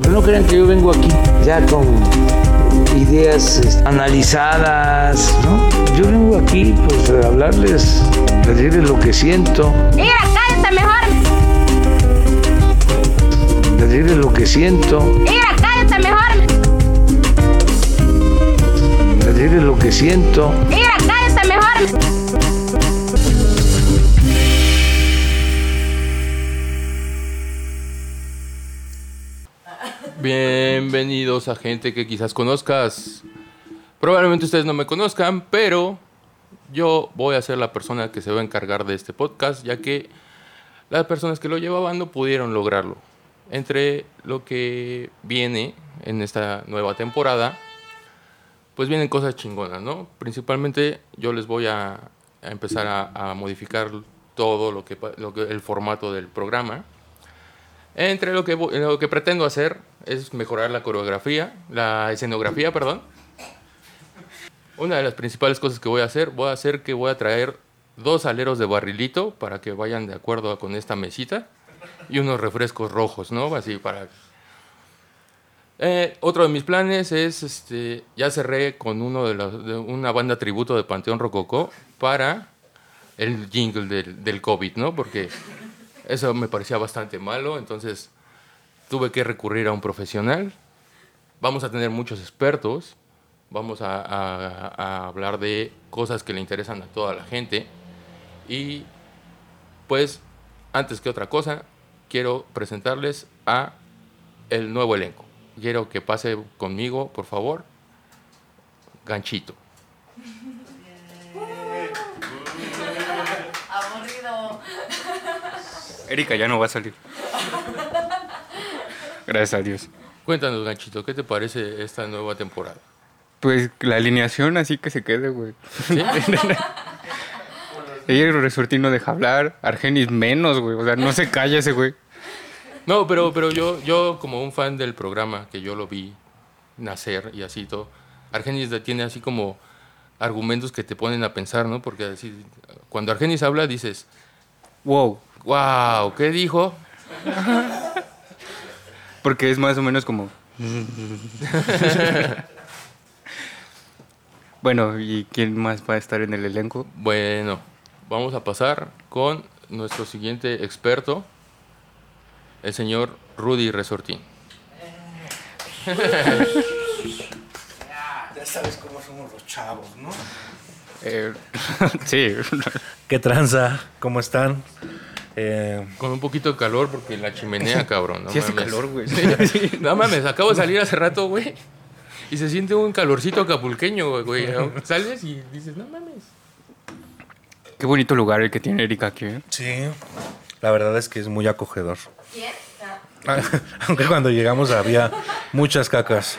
Pero no crean que yo vengo aquí ya con ideas este, analizadas, ¿no? Yo vengo aquí pues a hablarles, a decirles lo que siento, Mira, cállate mejor. a decirles lo que siento, Mira, cállate mejor. a decirles lo que siento. Mira, cállate mejor. Bienvenidos a gente que quizás conozcas. Probablemente ustedes no me conozcan, pero yo voy a ser la persona que se va a encargar de este podcast, ya que las personas que lo llevaban no pudieron lograrlo. Entre lo que viene en esta nueva temporada, pues vienen cosas chingonas, ¿no? Principalmente yo les voy a, a empezar a, a modificar todo lo que, pa- lo que el formato del programa. Entre lo que, vo- lo que pretendo hacer es mejorar la coreografía, la escenografía, perdón. Una de las principales cosas que voy a hacer, voy a hacer que voy a traer dos aleros de barrilito para que vayan de acuerdo con esta mesita y unos refrescos rojos, ¿no? Así para... Eh, otro de mis planes es, este, ya cerré con uno de los- de una banda tributo de Panteón Rococó para el jingle del, del COVID, ¿no? Porque eso me parecía bastante malo, entonces tuve que recurrir a un profesional. Vamos a tener muchos expertos, vamos a, a- a hablar de cosas que le interesan a toda la gente. Y pues, antes que otra cosa, quiero presentarles a el nuevo elenco. Quiero que pase conmigo, por favor, Ganchito. Aburrido. Erika ya no va a salir. Gracias a Dios. Cuéntanos, Ganchito, ¿qué te parece esta nueva temporada? Pues la alineación así que se quede, güey. ¿Sí? Ella Resortín no deja hablar, Argenis menos, güey. O sea, no se calla ese güey. No, pero, pero yo, yo como un fan del programa, que yo lo vi nacer y así todo, Argenis de- tiene así como argumentos que te ponen a pensar, ¿no? Porque así, cuando Argenis habla dices, Wow. wow, ¿qué dijo? Porque es más o menos como... bueno, ¿y quién más va a estar en el elenco? Bueno, vamos a pasar con nuestro siguiente experto, el señor Rudy Resortín. Ya sabes cómo somos los chavos, ¿no? Eh, sí. ¿Qué tranza? ¿Cómo están? Eh, Con un poquito de calor porque la chimenea, cabrón. No Sí hace mames. calor, güey. Sí. No mames, acabo de salir hace rato, güey. Y se siente un calorcito acapulqueño, güey. Sales y dices, no mames. Qué bonito lugar el que tiene Erika aquí. ¿eh? sí, la verdad es que es muy acogedor. Ah, Aunque cuando llegamos había muchas cacas.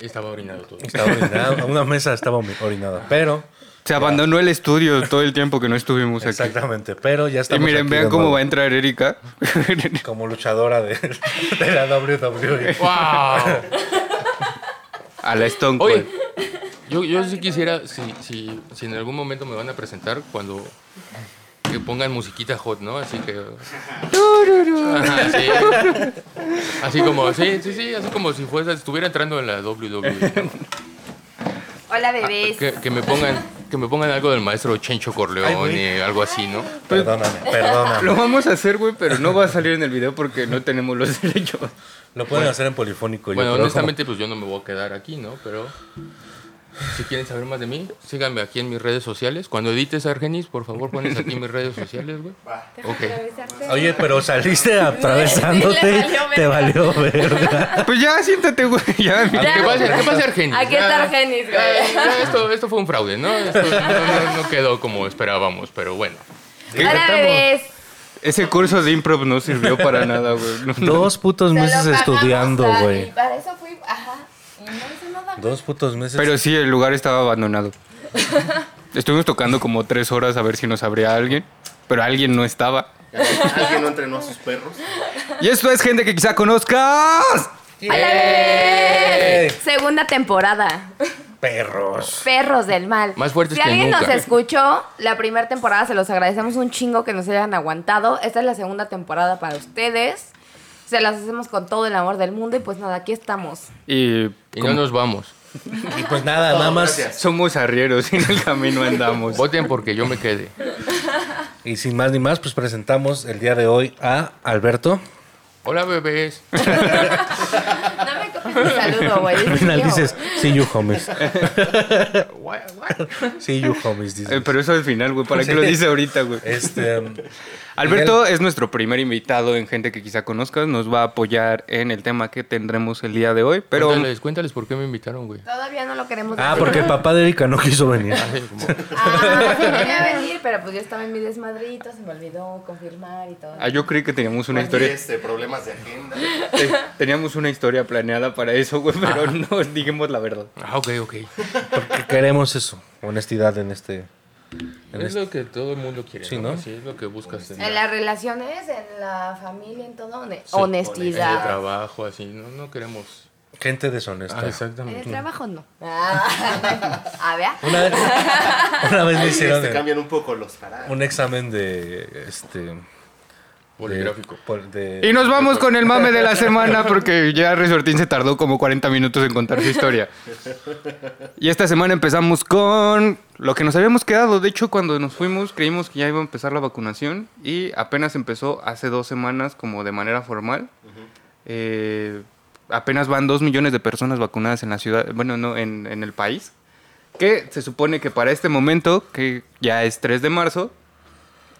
Y Estaba orinado todo. Estaba orinada, una mesa estaba ori- orinada, pero... Se abandonó el estudio todo el tiempo que no estuvimos aquí. Exactamente, pero ya Y estamos miren, aquí vean de cómo nuevo, va a entrar Erika. Como luchadora de, de la E. WWE. ¡Wow! a la Stone Cold. Oye, yo, yo sí quisiera, si, si, si en algún momento me van a presentar, cuando que pongan musiquita hot, ¿no? Así que. Ajá, sí. Así como, sí, sí, sí, así como si fuese, estuviera entrando en la WWE. ¿no? Hola, Ah, bebés. Que, que me pongan, que me pongan algo del maestro Chencho Corleone, algo así, ¿no? Perdóname, perdóname. Lo vamos a hacer, güey, pero no va a salir en el video porque no tenemos los derechos. Lo pueden hacer en polifónico. yo Bueno, creo, honestamente, pues yo no me voy a quedar aquí, ¿no? Pero si quieren saber más de mí, síganme aquí en mis redes sociales. Cuando edites Argenis, por favor, pones aquí mis redes sociales, güey. Ok. como- Oye, pero saliste atravesándote, Le valió te valió verga. Pues ya, siéntate, güey. Ya, mi- ¿Qué pasa, ¿Qué pasa, Argenis? Aquí está Argenis, güey. ya, ya, esto, esto fue un fraude, ¿no? Esto no, no- no quedó como esperábamos, pero bueno. Hola, bebés. Ese curso de improv no sirvió para nada, güey. No, no. Dos putos Se lo meses pagamos Pues estudiando, a- y güey. Para eso fui, ajá. Y no hice nada. Dos putos meses. Pero sí, el lugar estaba abandonado. Estuvimos tocando como tres horas a ver si nos abría alguien, pero alguien no estaba. Alguien no entrenó a sus perros. Y esto es gente que quizá conozcas. Hola, bebés. Segunda temporada. Perros. Perros del mal. Más fuertes si que alguien nunca. nos escuchó, la primera temporada se los agradecemos un chingo que nos hayan aguantado. Esta es la segunda temporada para ustedes. Se las hacemos con todo el amor del mundo y pues nada, aquí estamos. Y Y como no nos vamos. Y pues nada, nada más. gracias. somos arrieros y en el camino andamos. Voten porque yo me quede. Y sin más ni más, pues presentamos el día de hoy a Alberto. Hola, bebés. No me coges mi saludo, güey. Al final dices, see you homies. What, what? See you homies, Eh, dices. pero eso al final, güey. ¿Para qué lo dice ahorita, güey? Este, um, Alberto es nuestro primer invitado en gente que quizá conozcas. Nos va a apoyar en el tema que tendremos el día de hoy. Pero Cuéntales, cuéntales por qué me invitaron, güey. Todavía no lo queremos ah, decir. porque el papá de Erika no quiso venir. Ah, sí quería venir, pero pues yo estaba en mi desmadrito, se me olvidó confirmar y todo. ah, yo creí que teníamos una Aquí, historia. Este, problemas de agenda. eh, teníamos una historia planeada para eso, güey, pero no digamos la verdad. Ah, ok, ok. Porque queremos eso. Honestidad en este. en Es este. lo que todo el mundo quiere. Sí, ¿no? ¿no? Sí, es lo que buscas en, En las relaciones, en la familia, en todo, hone- en el honestidad. trabajo, así. No, no queremos. Gente Ah, deshonesta. En el exactamente. trabajo no. Ah, ver. Una vez, una vez me hicieron Este, eh, cambian un poco los parámetros. un examen de. Este. de- Poligráfico. por- de- Y nos vamos con el mame de la semana porque ya Resortín se tardó como 40 minutos en contar su historia. Y esta semana empezamos con lo que nos habíamos quedado. De hecho, cuando nos fuimos creímos que ya iba a empezar la vacunación y apenas empezó hace dos semanas como de manera formal. Eh, apenas van dos millones de personas vacunadas en la ciudad, bueno, no, en, en el país. Que se supone que para este momento, que ya es 3 de marzo,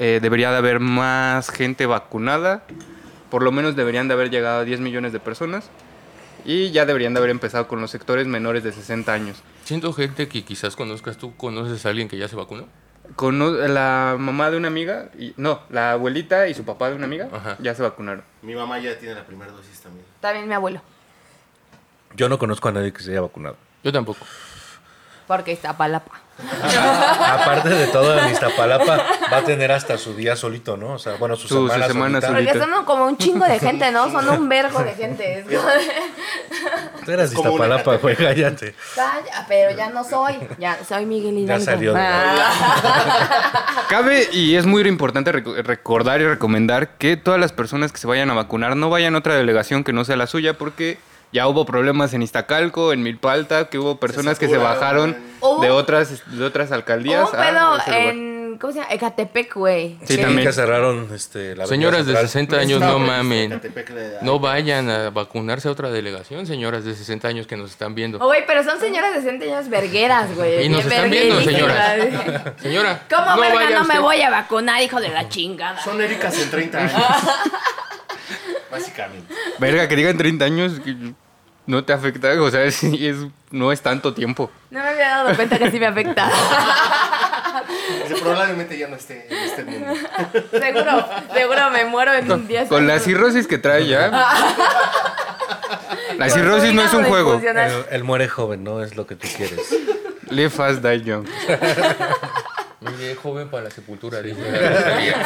eh, debería de haber más gente vacunada. Por lo menos deberían de haber llegado a 10 millones de personas. Y ya deberían de haber empezado con los sectores menores de 60 años. Siento gente que quizás conozcas. ¿Tú conoces a alguien que ya se vacunó? Con la mamá de una amiga, y, no, la abuelita y su papá de una amiga Ajá. ya se vacunaron. Mi mamá ya tiene la primera dosis también. También mi abuelo. Yo no conozco a nadie que se haya vacunado. Yo tampoco. Porque está palapa. Aparte de todo, en Iztapalapa va a tener hasta su día solito, ¿no? O sea, bueno, su, Su- su semana, semana solita. solita. Porque son como un chingo de gente, ¿no? Son un vergo de gente. Es como de- Tú eras de Como una Iztapalapa, güey, cállate. Calla, pero ya no soy. Ya soy Miguel Hidalgo. salió de- Ah, Cabe y es muy importante reco- recordar y recomendar que todas las personas que se vayan a vacunar no vayan a otra delegación que no sea la suya porque ya hubo problemas en Iztacalco, en Milpalta, que hubo personas que se saturaron, bajaron Hubo- de otras, de otras alcaldías. un a pedo ese lugar. en. ¿Cómo se llama? Ecatepec, güey. Sí, Sí, también. que cerraron este, la avenida Señoras de central. 60 años, no mamen. Catepec le- No vayan a vacunarse a otra delegación, señoras de 60 años que nos están viendo. Oh, Güey, pero son señoras de 60 años vergueras, güey. Y nos Bien están viendo, verguerísimas. Señora, ¿Cómo no verga vaya no me usted. voy a vacunar, hijo de la chingada? Son Ericas en 30 años. Básicamente. Verga, que digan 30 años que no te afecta, o sea, sí es, no es tanto tiempo. No me había dado cuenta que sí me afecta. Dice, Probablemente ya no esté en este mundo. seguro, seguro me muero en un día. Con la cirrosis que trae ya. La cirrosis no es un juego. El, el muere joven, ¿no? Es lo que tú quieres. Live fast, die young. Mire, joven para la sepultura, dice.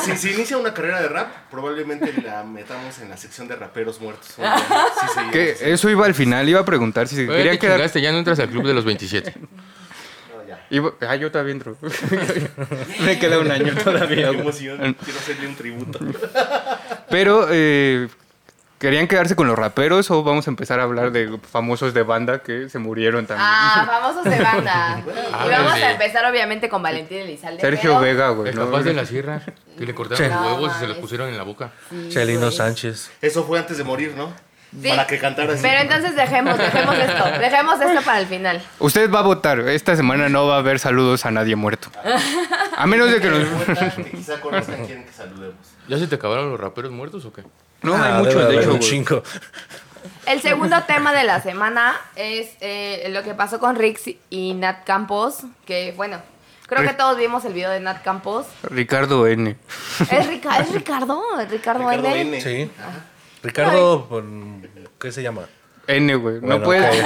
Si se inicia una carrera de rap, probablemente la metamos en la sección de raperos muertos. un día. Sí, sí, Que sí. eso iba al final, iba a preguntar si se Oye, querían te quedar. chingaste, ya no entras al club de los 27. No, ya. Iba- ah, yo todavía entro. Me queda un año todavía. Qué güey. emoción. Quiero hacerle un tributo. Pero, eh, ¿querían quedarse con los raperos o vamos a empezar a hablar de famosos de banda que se murieron también? Ah, famosos de banda. Ah, y vamos sí. a empezar obviamente con Valentín Elizalde. Sergio pero- Vega, güey. El Pues ¿no? capaz de la sierra, que le cortaron Sí. los No huevos y se los mames. pusieron en la boca. Sí, Chelino güey. Sánchez. Eso fue antes de morir, ¿no? Sí. Para que cantara así. Pero entonces dejemos, dejemos esto. Dejemos esto para el final. Usted va a votar. Esta semana no va a haber saludos a nadie muerto. A menos de que nos... Que quizá conozcan quién que saludemos. ¿Ya se te acabaron los raperos muertos o qué? No, Ah, hay muchos, debe de haber hecho, un güey. chingo. El segundo tema de la semana es eh, lo que pasó con Rix y Nat Campos. Que bueno, creo que Rick. todos vimos el video de Nat Campos. Ricardo N. ¿Es, Rica- es Ricardo? ¿Es Ricardo, Ricardo N? N. Sí. Ricardo, pon- ¿qué se llama? N, güey. Bueno, no puedes...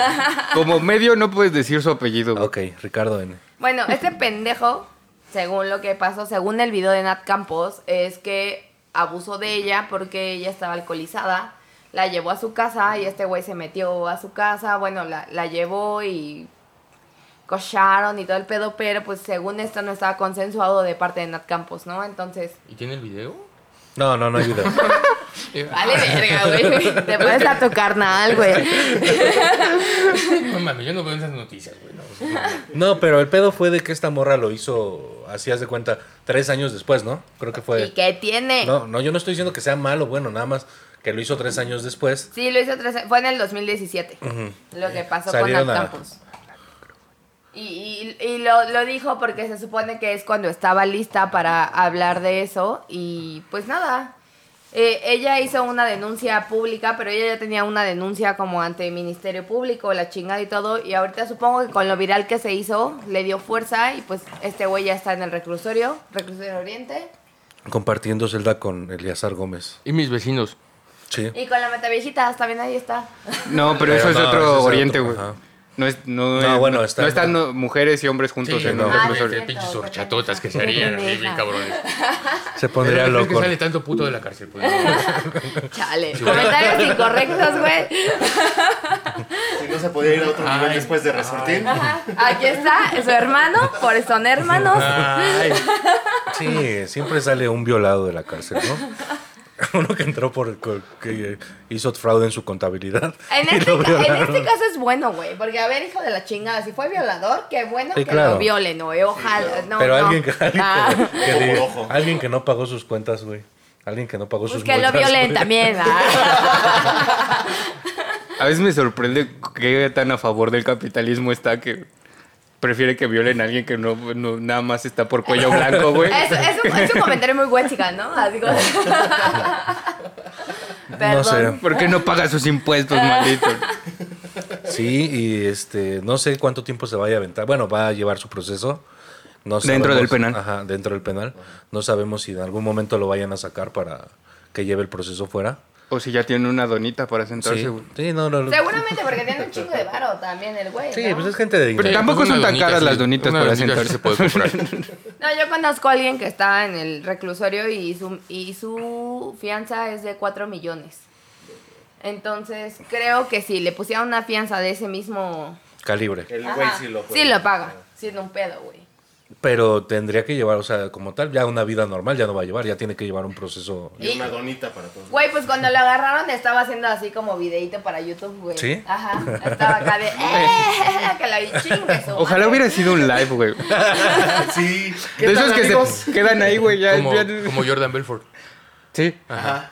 Como medio no puedes decir su apellido, güey. Ah, Ok, Ricardo N. Bueno, este pendejo, según lo que pasó, según el video de Nat Campos, es que abusó de ella porque ella estaba alcoholizada. La llevó a su casa y este güey se metió a su casa. Bueno, la, la llevó y cocharon y todo el pedo, pero pues según esto no estaba consensuado de parte de Nat Campos, ¿no? Entonces, ¿Y tiene el video? No, no, no hay video. Vale, verga, güey. Te pones a tu carnal, güey. No mames, yo no veo esas noticias, güey. no, o sea, No, pero el pedo fue de que esta morra lo hizo, así haz de cuenta, tres años después, ¿no? Creo que ¿Y fue. qué tiene? No, no, yo no estoy diciendo que sea malo, bueno, nada más que lo hizo tres años después. Sí, lo hizo tres Fue en el 2017. Lo que pasó Salieron con a- Nat Campos. Y, y- y lo, lo dijo porque se supone que es cuando estaba lista para hablar de eso. Y pues nada. Eh, ella hizo una denuncia pública, pero ella ya tenía una denuncia como ante el Ministerio Público, la chingada y todo. Y ahorita supongo que con lo viral que se hizo, le dio fuerza. Y pues este güey ya está en el reclusorio, reclusorio Oriente. Compartiendo celda con Eliazar Gómez. Y mis vecinos. Sí. Y con la mataviejita, también ahí está. No, pero Pero eso es no, ese es otro otro, oriente, güey. ajá. No es, no, No, es- bueno, está- no están no, mujeres y hombres juntos Sí, en no. un Ah, sí, reclusorio. cierto, pinches porque- horchatotas que se harían, ahí, bien cabrones. Se Pero pondría es que loco. sale tanto puto de la cárcel, pues. Chale. Comentarios incorrectos, güey. Si no se podía ir a otro nivel Ay. después de resortín. Aquí está su hermano, por son hermanos. Ah. Ay, Sí, siempre sale un violado de la cárcel, ¿no? Uno que entró por co- que hizo fraude en su contabilidad. En y este, lo ca- en violaron. este caso es bueno, güey, porque a ver, hijo de la chingada, si fue violador, qué bueno Sí, que lo claro. violen, güey. Ojalá, no, Pero no. alguien, que, alguien, Ah, que, que diga- Ojo. alguien que no pagó sus cuentas, güey. Alguien que no pagó pues sus que lo cuentas. violen también. ah. A veces me sorprende qué tan a favor del capitalismo está que prefiere que violen a alguien que no, no- nada más está por cuello blanco, güey. Es, es un, es un comentario muy güey, chica, ¿no? Ah, Así como- No sé. Perdón. ¿Por qué no paga sus impuestos, maldito? Sí, y este, no sé cuánto tiempo se vaya a aventar. Bueno, va a llevar su proceso. No Dentro del penal. Ajá, dentro del penal. No sabemos si en algún momento lo vayan a sacar para que lleve el proceso fuera. O si ya tiene una donita para Sí, sentarse, güey. sí, no, no. no. Seguramente porque tiene un chingo de varo también el güey. Sí, ¿no? pues es gente de Pero dinero. tampoco una son tan donita, caras sí, las donitas una para donita sí sentarse. se puede comprar. No, yo conozco a alguien que está en el reclusorio y su, y su fianza es de 4 millones. Entonces, creo que si le pusiera una fianza de ese mismo... Calibre. El güey Ajá, sí lo puede. Sí lo paga, siendo un pedo, güey. Pero tendría que llevar, o sea, como tal, ya una vida normal ya no va a llevar, ya tiene que llevar un proceso. Y una donita para todos. Güey, pues cuando lo agarraron estaba haciendo así como videito para YouTube, güey. ¿Sí? Ajá, estaba acá de... "Eh", que la chingue su madre. Ojalá hubiera sido un live, güey. Sí. ¿Qué De tal, esos que amigos? se quedan ahí, güey. Ya, Como, ya- como Jordan Belfort, Sí, Ajá.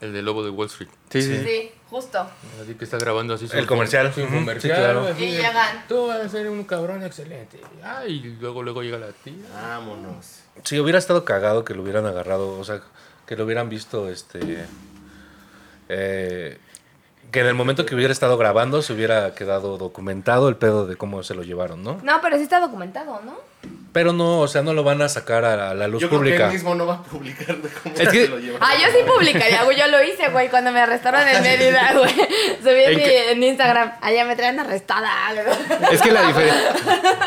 el de Lobo de Wall Street. sí, sí. Sí, justo. Así que está grabando así su- El comercial. su Ujú, comercial, sí, claro. así Y de, llegan. Tú vas a ser un cabrón excelente. Ah, y luego, luego llega la tía. Vámonos. Si hubiera estado cagado que lo hubieran agarrado, o sea, que lo hubieran visto, este. eh, que en el momento que hubiera estado grabando se hubiera quedado documentado el pedo de cómo se lo llevaron, ¿no? No, pero sí está documentado, ¿no? Pero no, o sea, no lo van a sacar a la, a la luz Yo creo que pública. él mismo no va a publicar de cómo Es que- se lo lleva. Ah, yo sí publicaría, güey. Yo lo hice, güey, cuando me arrestaron en Mérida, güey. Subí en, ¿En mi, qué? en Instagram. Allá me traen arrestada, güey. Es que la diferencia.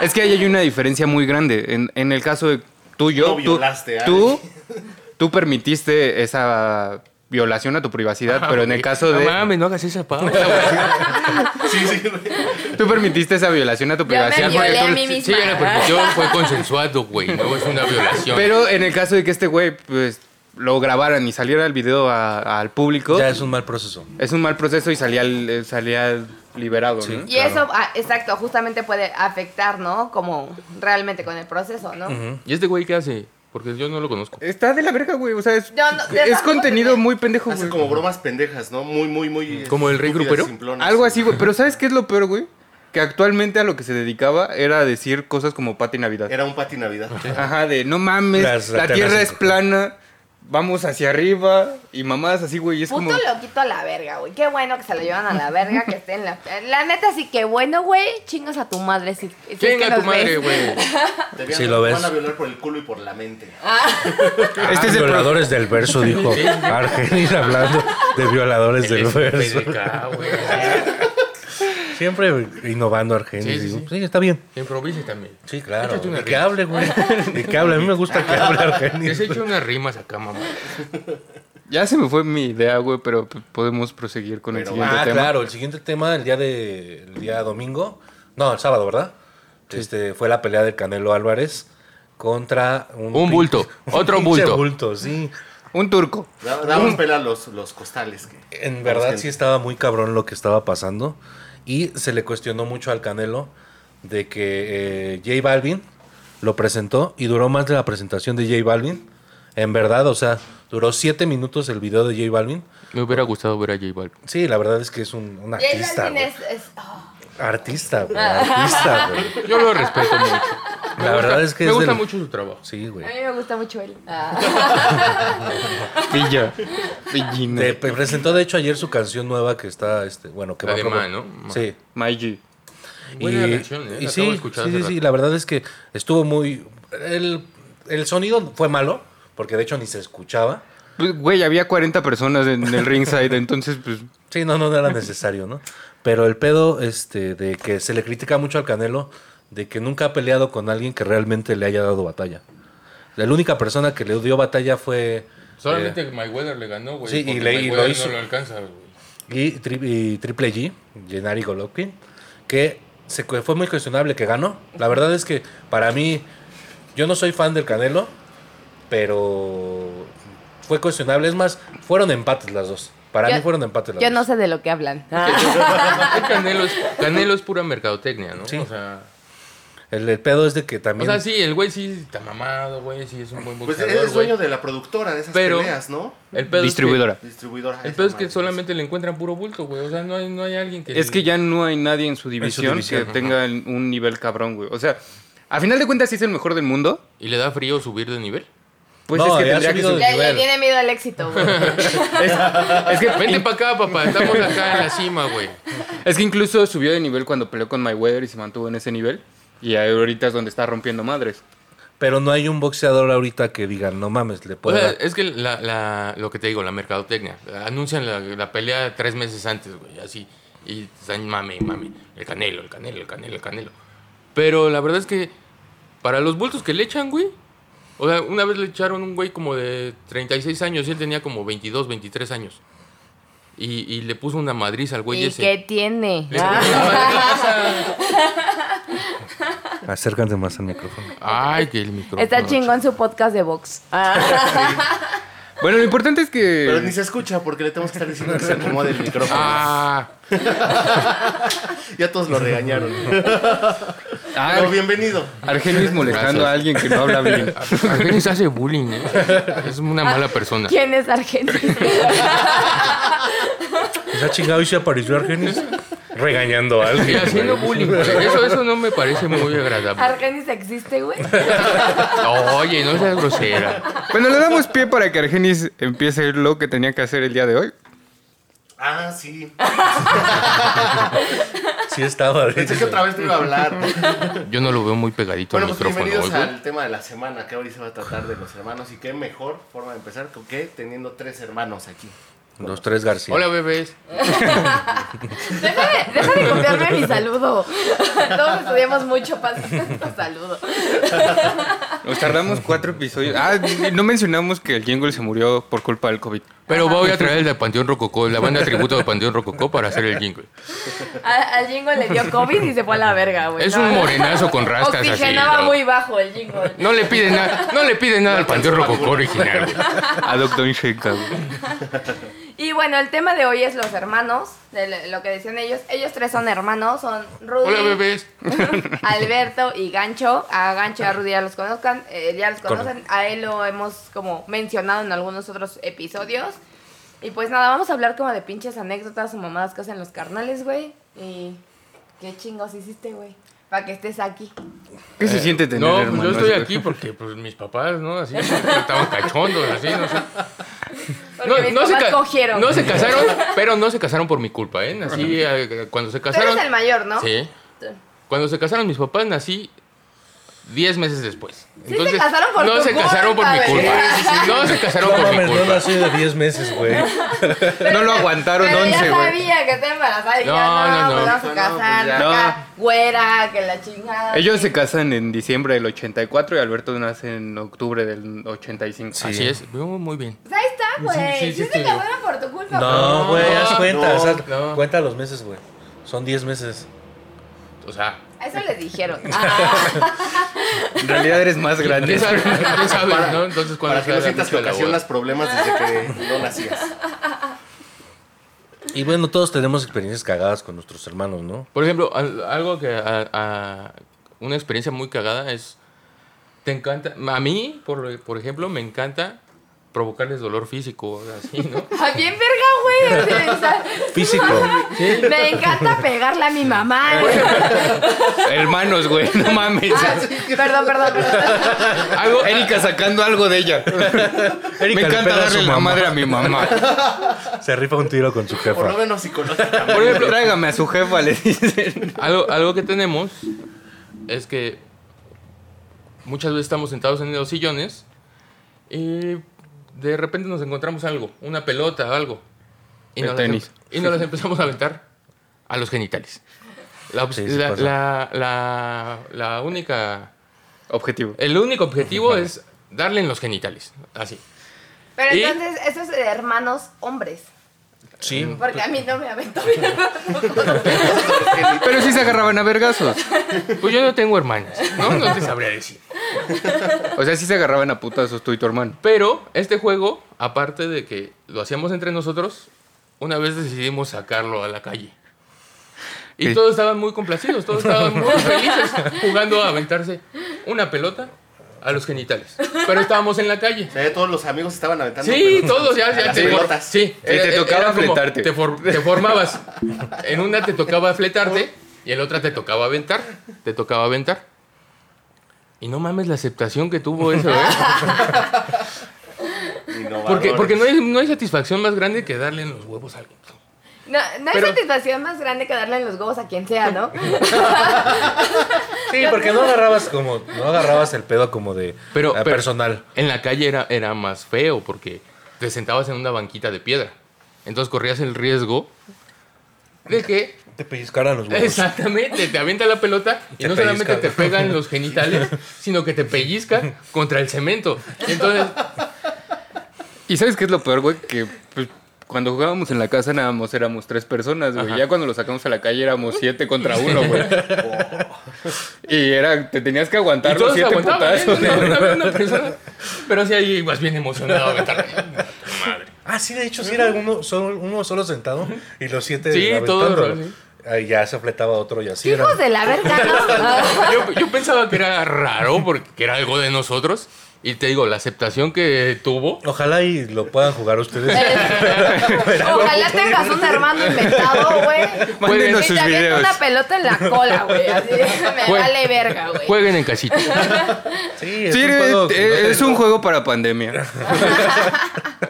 Es que ahí hay una diferencia muy grande. En, en el caso de tuyo, No tú, violaste a tú, tú permitiste esa violación a tu privacidad, pero en el caso No de. mames, no hagas esa pausa. Sí, sí, güey. Tú permitiste esa violación a tu me privacidad. porque violé tú- a mí Sí, misma. la permisión fue consensuado, güey. No es una violación. Pero en el caso de que este güey, pues, lo grabaran y saliera el video a- al público, Ya es... es un mal proceso. un mal proceso y salía, eh, salía liberado, Sí. ¿no? Y eso, ah, exacto, justamente puede afectar, ¿no? Como realmente con el proceso, ¿no? ¿Y este güey qué hace? Porque yo no lo conozco. Está de la verga, güey. O sea, es, No, no, de es esas contenido cosas, muy pendejo, Hace güey. como bromas pendejas, ¿no? Muy, muy, muy. este, ¿Como el rey estúpidas, grupero? simplonas. Algo así, güey. Pero ¿sabes qué es lo peor, güey? Que actualmente a lo que se dedicaba era a decir cosas como Pati Navidad. Era un pati navidad. Ajá, de no mames, Las- la las tierra es cinco. plana, vamos hacia arriba y mamadas así, güey. y Es Puto como. loquito a la verga, güey. Qué bueno que se lo llevan a la verga, que esté en la. La neta, sí, que bueno, güey. Chingas a tu madre. Si, si es que Chinga nos tu madre, ves. güey. Te vean- Sí, lo ves. Van a violar por el culo y por la mente. Este es el pro- Ah, violadores del verso, dijo Argenis hablando de violadores Este, del verso. PDK, güey. Siempre innovando Argenis. Sí, sí, digo, sí. sí, está bien. Improvise también. Sí, claro. Échate una Y que rima. hable, güey. Y que hable. A mí me gusta que hable Les he Argenis. hecho unas rimas acá, mamá. Ya se me fue mi idea, güey, pero p- podemos proseguir con el Pero- siguiente Ah, tema. claro. El siguiente tema, el día de el día domingo. No, el sábado, ¿verdad? Este fue la pelea de Canelo Álvarez contra un, Un pin- bulto, otro pinche bulto. bulto, sí. Un turco. Da- Damos pela los, los costales. que- En verdad sí estaba muy cabrón lo que estaba pasando y se le cuestionó mucho al Canelo de que eh, J Balvin lo presentó y duró más de la presentación de J Balvin. En verdad, o sea, duró siete minutos el video de J Balvin. Me hubiera gustado ver a J Balvin. Sí, la verdad es que es un, un Y él artista. también güey. es- es- oh, Artista, güey. Artista, güey. Yo lo respeto mucho. La verdad es que Me es gusta del- mucho su trabajo. Sí, güey. a mí me gusta mucho él. Ah. Villa. Villina. Te pre- presentó de hecho ayer su canción nueva que está, este, bueno, que La va de como- Ma, ¿no? Sí. Maiji. Buena elección, ¿eh? y La sí, acabo de escuchar sí, hace sí, sí, rato. la verdad es que estuvo muy... El, el sonido fue malo, porque de hecho ni se escuchaba. Pues, güey, había 40 personas en el ringside, entonces, pues. Sí, no, no no era necesario, ¿no? Pero el pedo este, de que se le critica mucho al Canelo de que nunca ha peleado con alguien que realmente le haya dado batalla. La única persona que le dio batalla fue... Solamente Mayweather le ganó, güey. sí, y porque le- y lo Mayweather hizo- No lo alcanza, güey. y, tri- y Triple G, Gennady Golovkin, que se, cu- fue muy cuestionable que ganó. La verdad es que para mí, yo no soy fan del Canelo, pero fue cuestionable. Es más, fueron empates las dos. Para Yo- mí fueron empates las Yo dos. no sé de lo que hablan. Ah. Es Canelo, es, Canelo es pura mercadotecnia, ¿no? Sí. O sea, El, el pedo es de que o también... sea, sí, el güey sí está mamado, güey, sí es un buen Pues boxeador, eres güey. dueño de la productora de esas Pero- peleas, ¿no? El pedo es que- Distribuidora. Distribuidora. el esa pedo es que madre. solamente le encuentran puro bulto, güey. O sea, no hay, no hay alguien que... Es que ya no hay nadie en su división, división, que tenga un nivel cabrón, güey. O sea, a final de cuentas, sí es el mejor del mundo. ¿Y le da frío subir de nivel? Pues No, es que había tendría que subir. subido Le, le nivel. tiene miedo al éxito, güey. Es Vente que, para acá, papá. Estamos acá en la cima, güey. es que incluso subió de nivel cuando peleó con Mayweather y se mantuvo en ese nivel. Y ahí ahorita es donde está rompiendo madres. Pero no hay un boxeador ahorita que diga, no mames, le O puedo... sea, dar". es que la, la- lo que te digo, la mercadotecnia. Anuncian la, la pelea tres meses antes, güey, así. Y están mame, mame. El canelo, el canelo, el canelo, el canelo. Pero la verdad es que para los bultos que le echan, güey. O sea, una vez le echaron un güey como de 36 años y él tenía como 22, 23 años. Y, y le puso una madriz al güey ¿Y ese. qué tiene? Le Ah. puso una madriz al- Acércate más al micrófono. Ay, que el micrófono. Está chingón su podcast de box. Ah. Bueno, lo importante es que. Pero ni se escucha porque le tenemos que estar diciendo que se acomode el micrófono. Ah, Ya todos lo regañaron. Ah, Pero bienvenido. Argenis molestando a alguien que no habla bien. Argenis hace bullying, ¿eh? Es una mala persona. ¿Quién es Argentina? Se ha chingado y se apareció Argenis regañando a Y alguien. haciendo güey. bullying. güey. Eso, eso no me parece muy agradable. ¿Argenis existe, güey? Oye, no seas grosera. Bueno, le damos pie para que Argenis empiece lo que tenía que hacer el día de hoy. Ah, sí. Sí estaba. de Pensé que hecho. otra vez te iba a hablar. Yo no lo veo muy pegadito Bueno, al pues micrófono bienvenidos hoy, güey. al tema de la semana que hoy se va a tratar de los hermanos. Y qué mejor forma de empezar con que teniendo tres hermanos aquí. Los tres García. Hola, bebés. Deja de, deja de copiarme mi saludo. Todos estudiamos mucho para hacer nuestro saludo. Nos tardamos cuatro episodios. Ah, y no mencionamos que el Jingle se murió por culpa del COVID. Pero voy a traer el de Panteón Rococó, la banda de tributo de Panteón Rococó para hacer el jingle. A- Al Jingo le dio COVID y se fue a la verga, güey. Es No, un no. morenazo con rastas así. Oxigenaba bro. muy bajo el Jingo. No le pide nada, no le pide nada al Panteón Rococó original, güey. A Doctor Sheka. Y bueno, el tema de hoy es los hermanos, de lo- lo que decían ellos. Ellos tres son hermanos, son Rudy, Hola, bebés. Alberto y Gancho. A Gancho y a Rudy ya los conozcan, eh, ya los conocen. A él lo hemos como mencionado en algunos otros episodios. Y pues nada, vamos a hablar como de pinches anécdotas o mamadas que hacen los carnales, güey. Y qué chingos hiciste, güey. Para que estés aquí. ¿Qué se siente tener No, pues hermanos? yo estoy güey? aquí porque pues, mis papás, ¿no? Así estaban cachondos, así, no sé. Porque mis se papás ca- cogieron. no se casaron, pero no se casaron por mi culpa, ¿eh? Así, cuando se Tú eres casaron... el mayor, ¿no? Sí. Tú. Cuando se casaron mis papás, nací 10 meses después. se casaron por no tu se culpa, casaron por mi güey. culpa. No se casaron No por mi mames, no culpa. nací de 10 meses, güey. No lo aguantaron Pero ya 11, güey. sabía que estaba embarazada y No, ya no, no, no. pues vamos a No, casar, pues ya. acá, güera, que la chingada. Ellos se casan en diciembre del 84 y Alberto nace en octubre del 85. Así es, veo muy bien. Pues ahí está, güey. sí, Sí, sí, se sí. casaron por tu culpa. No, güey, haz cuenta. no, o sea, no. Cuenta los meses, güey. Son 10 meses. O sea, Eso les dijeron. Ah, En realidad eres más grande. Ya sabes, ya sabes, ¿no? Entonces, cuando Para que no salga sientas que mucho la boda. ocasionas problemas desde que no nacías. Y bueno, todos tenemos experiencias cagadas con nuestros hermanos, ¿no? Por ejemplo, al- algo que. a- a- una experiencia muy cagada es. Te encanta. A mí, por, por ejemplo, me encanta provocarles dolor físico, o así, ¿no? Ay, Ah, bien verga, güey. o sea, Físico. Me encanta pegarle a mi mamá. Hermanos, güey, no mames. Ah, Perdón, perdón, perdón. Algo, Erika sacando algo de ella. le Me encanta pega a darle su la mamá. madre a mi mamá. Se rifa un tiro con su Por lo jefa. menos psicológicamente. Por ejemplo, tráigame a su jefa, le dicen. algo, algo que tenemos es que muchas veces estamos sentados en los sillones y de repente nos encontramos algo, una pelota o algo. Y El nos, tenis. Las, em- y nos las empezamos a aventar a los genitales. La, obs- Sí, sí la- pasa. la- la- la única. Objetivo. El único objetivo es darle en los genitales. Así. Pero ¿Y? entonces, eso es de hermanos hombres. Sí. Porque a mí no me aventó. Pero sí se agarraban a vergazos. Pues yo no tengo hermanas, ¿no? No te sabría decir. O sea, sí se agarraban a putazos tú y tu hermano. Pero este juego, aparte de que lo hacíamos entre nosotros, una vez decidimos sacarlo a la calle. Y Sí. todos estaban muy complacidos, todos estaban muy felices jugando a aventarse una pelota a los genitales. Pero estábamos en la calle. O sea, Eh, todos los amigos estaban aventando. Sí, pelotas. todos ya, ya Las for- pelotas. Sí, te tocaba como fletarte. Te, for- te formabas. En una te tocaba fletarte y en la otra te tocaba aventar. Te tocaba aventar. Y no mames la aceptación que tuvo eso, ¿eh? Innovadores. Porque, porque no, hay, no hay satisfacción más grande que darle en los huevos a alguien. No, no hay Pero- satisfacción más grande que darle en los huevos a quien sea, ¿no? Sí, porque no agarrabas como, no agarrabas el pedo como de Pero, ah, pero- personal. En la calle era, era más feo porque te sentabas en una banquita de piedra. Entonces corrías el riesgo de que Te pellizcaran los huevos. exactamente te avienta la pelota y Te no solamente pellizca. te pega en los genitales, sino que te pellizca contra el cemento. Y entonces, ¿Y sabes qué es lo peor, güey? Que pues, cuando jugábamos en la casa nada más éramos tres personas, güey. Ajá. Ya cuando lo sacamos a la calle éramos siete contra uno, güey. y era, te tenías que aguantar y los todos siete aguantaban. ¿eh? putazos. No, güey. no había una persona. Pero sí, ahí ibas bien emocionado. a aventar. Ah, sí, de hecho, sí era uno solo, uno solo sentado y los siete. Sí, aventándolo. todo, sí. Ahí ya se fletaba otro y así era. Hijos de la verga, ¿no? Ah, yo, yo pensaba que era raro porque que era algo de nosotros. Y te digo, la aceptación que tuvo. Ojalá y lo puedan jugar ustedes. Ojalá tengas un hermano inventado, güey. Mándenos Que sus te avienta videos. una pelota en la cola, güey. Así me Jue- vale verga, güey. Jueguen en casita. Sí, es Sí, un eh, juego que no eh, te- es un juego para pandemia.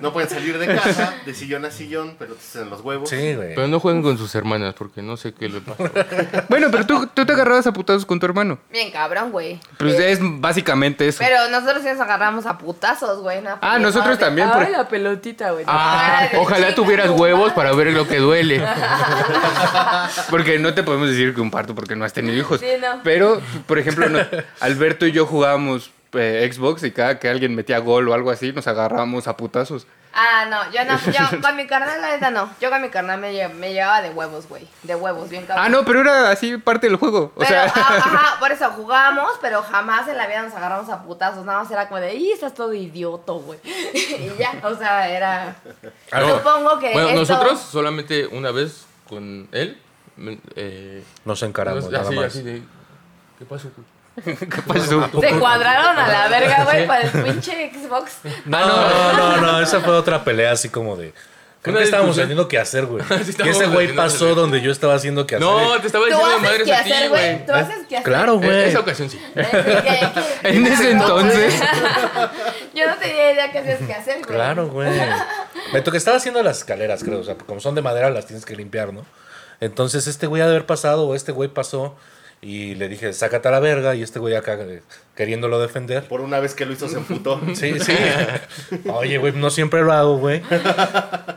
No pueden salir de casa, de sillón a sillón, pero te en los huevos. Sí, güey. Pero no jueguen con sus hermanas porque no sé qué le pasa. Bueno, pero tú, tú te agarrabas a putazos con tu hermano. Bien cabrón, güey. Pues es básicamente eso. Eh. Pero nosotros sí nos agarramos a putazos, güey. no a Ah, nosotros pelotas. también, Ay, porque- la pelotita, güey. Ah, Ay, ojalá chinga tuvieras tu huevos madre. para ver lo que duele. Porque no te podemos decir que un parto porque no has tenido hijos. Sí, no. Pero, por ejemplo, no- Alberto y yo jugábamos eh, Xbox y cada que alguien metía gol o algo así, nos agarrábamos a putazos. Ah, no, yo no. Yo con mi carnal, la neta, no. Yo con mi carnal me, lle- me llevaba de huevos, güey. De huevos, bien cabrón. Ah, no, pero era así parte del juego. O Pero, sea, ah, ajá, por eso jugábamos, pero jamás en la vida nos agarramos a putazos. Nada más era como de, ¡y estás todo idioto, güey! y ya, o sea, era. Ah, Supongo que. Bueno, esto- nosotros solamente una vez con él. eh, Nos encaramos, así, nada más. así de. ¿Qué pasó? ¿qué pasó? Se cuadraron a la verga, güey, para el pinche Xbox. Pues No, Ah, no, no, no, esa fue otra pelea así como de. Creo Una que estábamos discusión. teniendo que hacer, güey. Que estábamos ese güey teniendo pasó hacer. donde yo estaba haciendo que hacer. No, te estaba Tú diciendo de haces madres que a ti, hacer, güey. güey. Tú haces que ¿eh? hacer. Claro, Eh, güey. Esa ocasión sí. En ese entonces. Yo no tenía idea que hacías que hacer, güey. Claro, güey. Me toqué, estaba haciendo las escaleras, creo. O sea, como son de madera, las tienes que limpiar, ¿no? Entonces, este güey ha de haber pasado, o este güey pasó, y le dije, sácate a la verga, y este güey acá eh, queriéndolo defender. Por una vez que lo hizo, se emputó. Sí, sí. Oye, güey, no siempre lo hago, güey.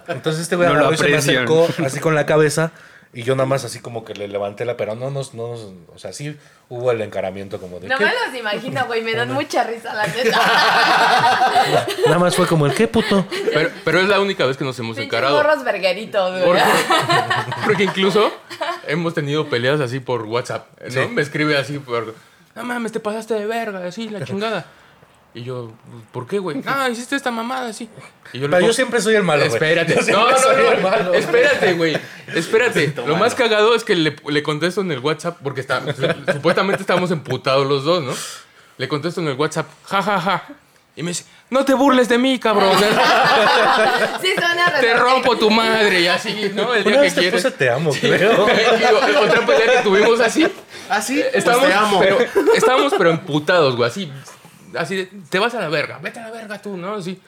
Entonces este güey No lo agarró y se me aprecian. acercó así con la cabeza y yo nada más así como que le levanté la pero no nos, no nos, o sea, sí hubo el encaramiento como de No "¿Qué?". me los imagino, güey. Me dan mucha risa, la neta. Nada más fue como el qué puto. Pero, pero es la única vez que nos hemos Pinches encarado. gorros vergueritos, güey. Porque, porque incluso hemos tenido peleas así por WhatsApp. ¿no? Me escribe así por. no mames, te pasaste de verga, así, la chingada. Y yo, ¿por qué, güey? No, hiciste esta mamada, así. Y le Pero yo pongo- siempre soy el malo, güey. Espérate, Yo siempre no, soy no, el malo. no, espérate, güey. Espérate, Siento lo más malo. cagado es que le, le contesto en el WhatsApp, porque está, su- supuestamente estamos emputados los dos, ¿no? Le contesto en el WhatsApp, ja, ja, ja. Y me dice, no te burles de mí, cabrón. Sí, suena Te rebelde. rompo tu madre y así, ¿no? El día que Una vez te quieres. puse te amo, creo. Y Otra pelea que tuvimos así. Ah, sí, pues Estábamos, te amo. Eh, Pero, estábamos pero emputados, güey. Así, así de, te vas a la verga, vete a la verga tú, ¿no? Así.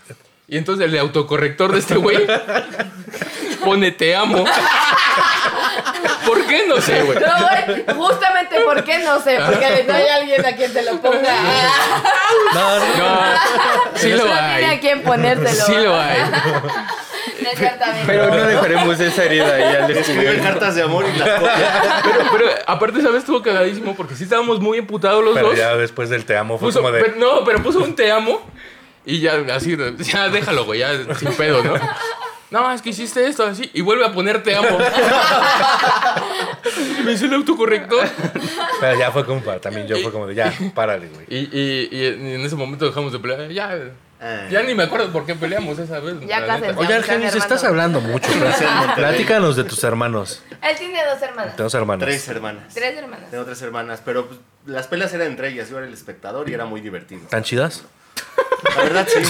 Y entonces el autocorrector de este güey pone te amo. ¿Por qué? No sé, güey. No, güey, justamente porque no sé, porque no hay alguien a quien te lo ponga. No, no, No, sí lo no tiene a hay. quien ponértelo. Sí lo hay. No es cierto, amigo. Pero no dejaremos esa herida ahí al Escriben descubierto. cartas de amor y las copias. Pero, pero aparte, ¿sabes? Estuvo cagadísimo porque sí estábamos muy emputados los Pero dos. ya después del te amo fue Puso- como de. pero- no, pero puso un te amo y ya así, ya déjalo, güey, ya sin pedo, ¿no? No, es que hiciste esto así y vuelve a poner te amo. Me hizo el autocorrector. Pero ya fue como para. También yo fue como de ya, párale, güey. Y, y- y en ese momento dejamos de pelear. Ya, Ah. ya ni me acuerdo por qué peleamos esa vez. Ya la casi neta. se- Oye, Ya, Argenis, hermano. estás hablando mucho. Platícanos de tus hermanos. Él tiene dos hermanas. De tus hermanos. Tres hermanas. Tres hermanas. Tengo tres hermanas, pero pues, las pelas eran entre ellas. Yo era el espectador y era muy divertido. ¿Tan chidas? La verdad, sí.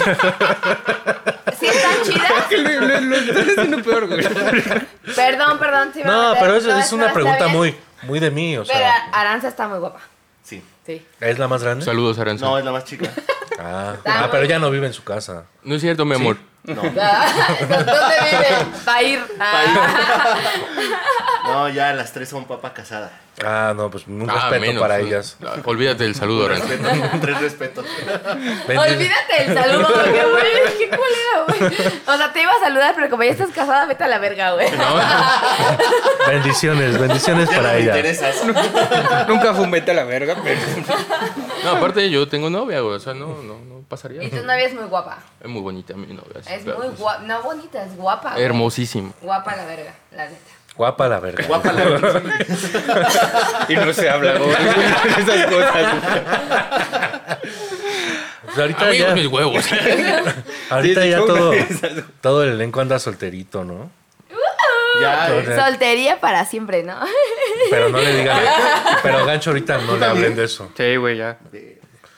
¿Sí están chidas? Perdón, perdón. sí me No, metí. pero es, No, es está- una está pregunta bien. muy, muy de mí, o Pero sea. Aranza está muy guapa. Sí. Sí. ¿Es la más grande? Saludos, Aranza. No, No, es la más chica. Ah, Está ah, muy- pero ya no vive en su casa. es cierto, mi amor. No. ¿Dónde vive? Va a ir. No, ya las tres son papa casada. Ah, no, pues un Ah, respeto menos. Ah, para ellas. Olvídate del saludo, Aranza. Respeto, tres respetos. Ven, Olvídate el saludo, porque, güey, qué culero, güey. O sea, te iba a saludar, pero como ya estás casada, vete a la verga, güey. Bendiciones, bendiciones Ya no para me ella. interesas. Nunca fumete a la verga, pero. No, aparte yo tengo novia, güey. O sea, no, no, no pasaría. Y tu novia es muy guapa. Es muy bonita mi novia. sí, Es claro, muy sí. guapa. No bonita, es guapa. güey. Hermosísimo. Guapa la verga, la neta. Guapa la verga. Guapa la verdad. Y no se habla, güey. Esas cosas. Ah. Pues ahorita Amigos, ya, mis huevos. ahorita Sí, ya sí, todo, esas- todo el elenco anda solterito, ¿no? Ya, eh, Soltero. Soltería para siempre, ¿no? Pero no le digan. Pero gancho, ahorita no le hablen de eso. Sí, güey, ya.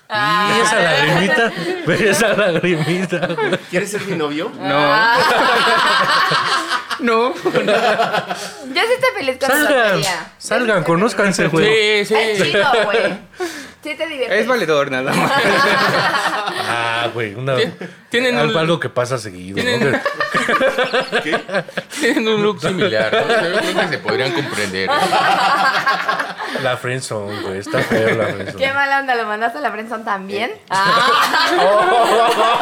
Ah. Y esa lagrimita, ve esa lagrimita. güey. ¿quieres ser mi novio? Ah, No. No. Yo sí estoy feliz con la Salgan, soltería. salgan, conózcanse, güey. Sí, sí. Es chido, güey. Sí te diviertes. Es valedor, nada más. Ah, güey, una, tienen algo, un- algo que pasa seguido, ¿no? tienen- Que- Tienen un look similar, ¿no? Yo creo que se podrían comprender. La friendzone, güey, está feo la friendzone. Qué mala onda, lo mandaste a la prensa también. Ah.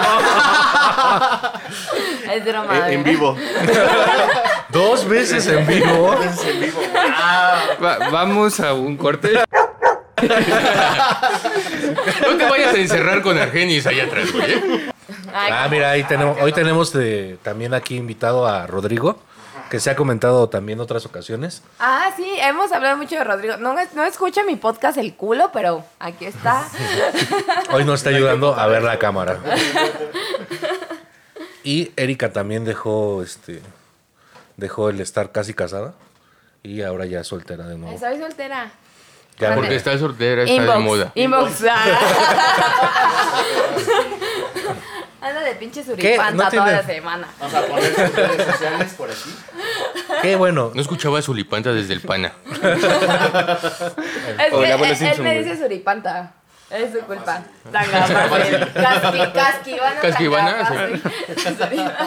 es Eh, broma. en güey. vivo. Dos veces en vivo. En vivo. Ah, Va- vamos a un corte. No te vayas a encerrar con Argenis ahí atrás, güey. ¿eh? Ay, Ah, mira, ahí tenemos, hoy tenemos de- también aquí invitado a Rodrigo, que se ha comentado también otras ocasiones. Ah, sí, hemos hablado mucho de Rodrigo. No, es- no escucha mi podcast el culo, pero aquí está. Hoy nos está ayudando a ver la cámara. Y Erika también dejó este dejó el estar casi casada y ahora ya es soltera de nuevo. Soy soltera. Ya Porque porque- está soltera, está de Inbox. moda. Inbox. Ah. Anda de pinche suripanta ¿No toda tiene- la semana. Vamos a poner sus redes sociales por aquí. qué bueno. No escuchaba a Zulipanta desde el pana. Es O que la abuela él, él Simpson, me güey. dice suripanta. Es su culpa. Tanga fácil. Casqui, casquivana. Casquivana, tanga fácil.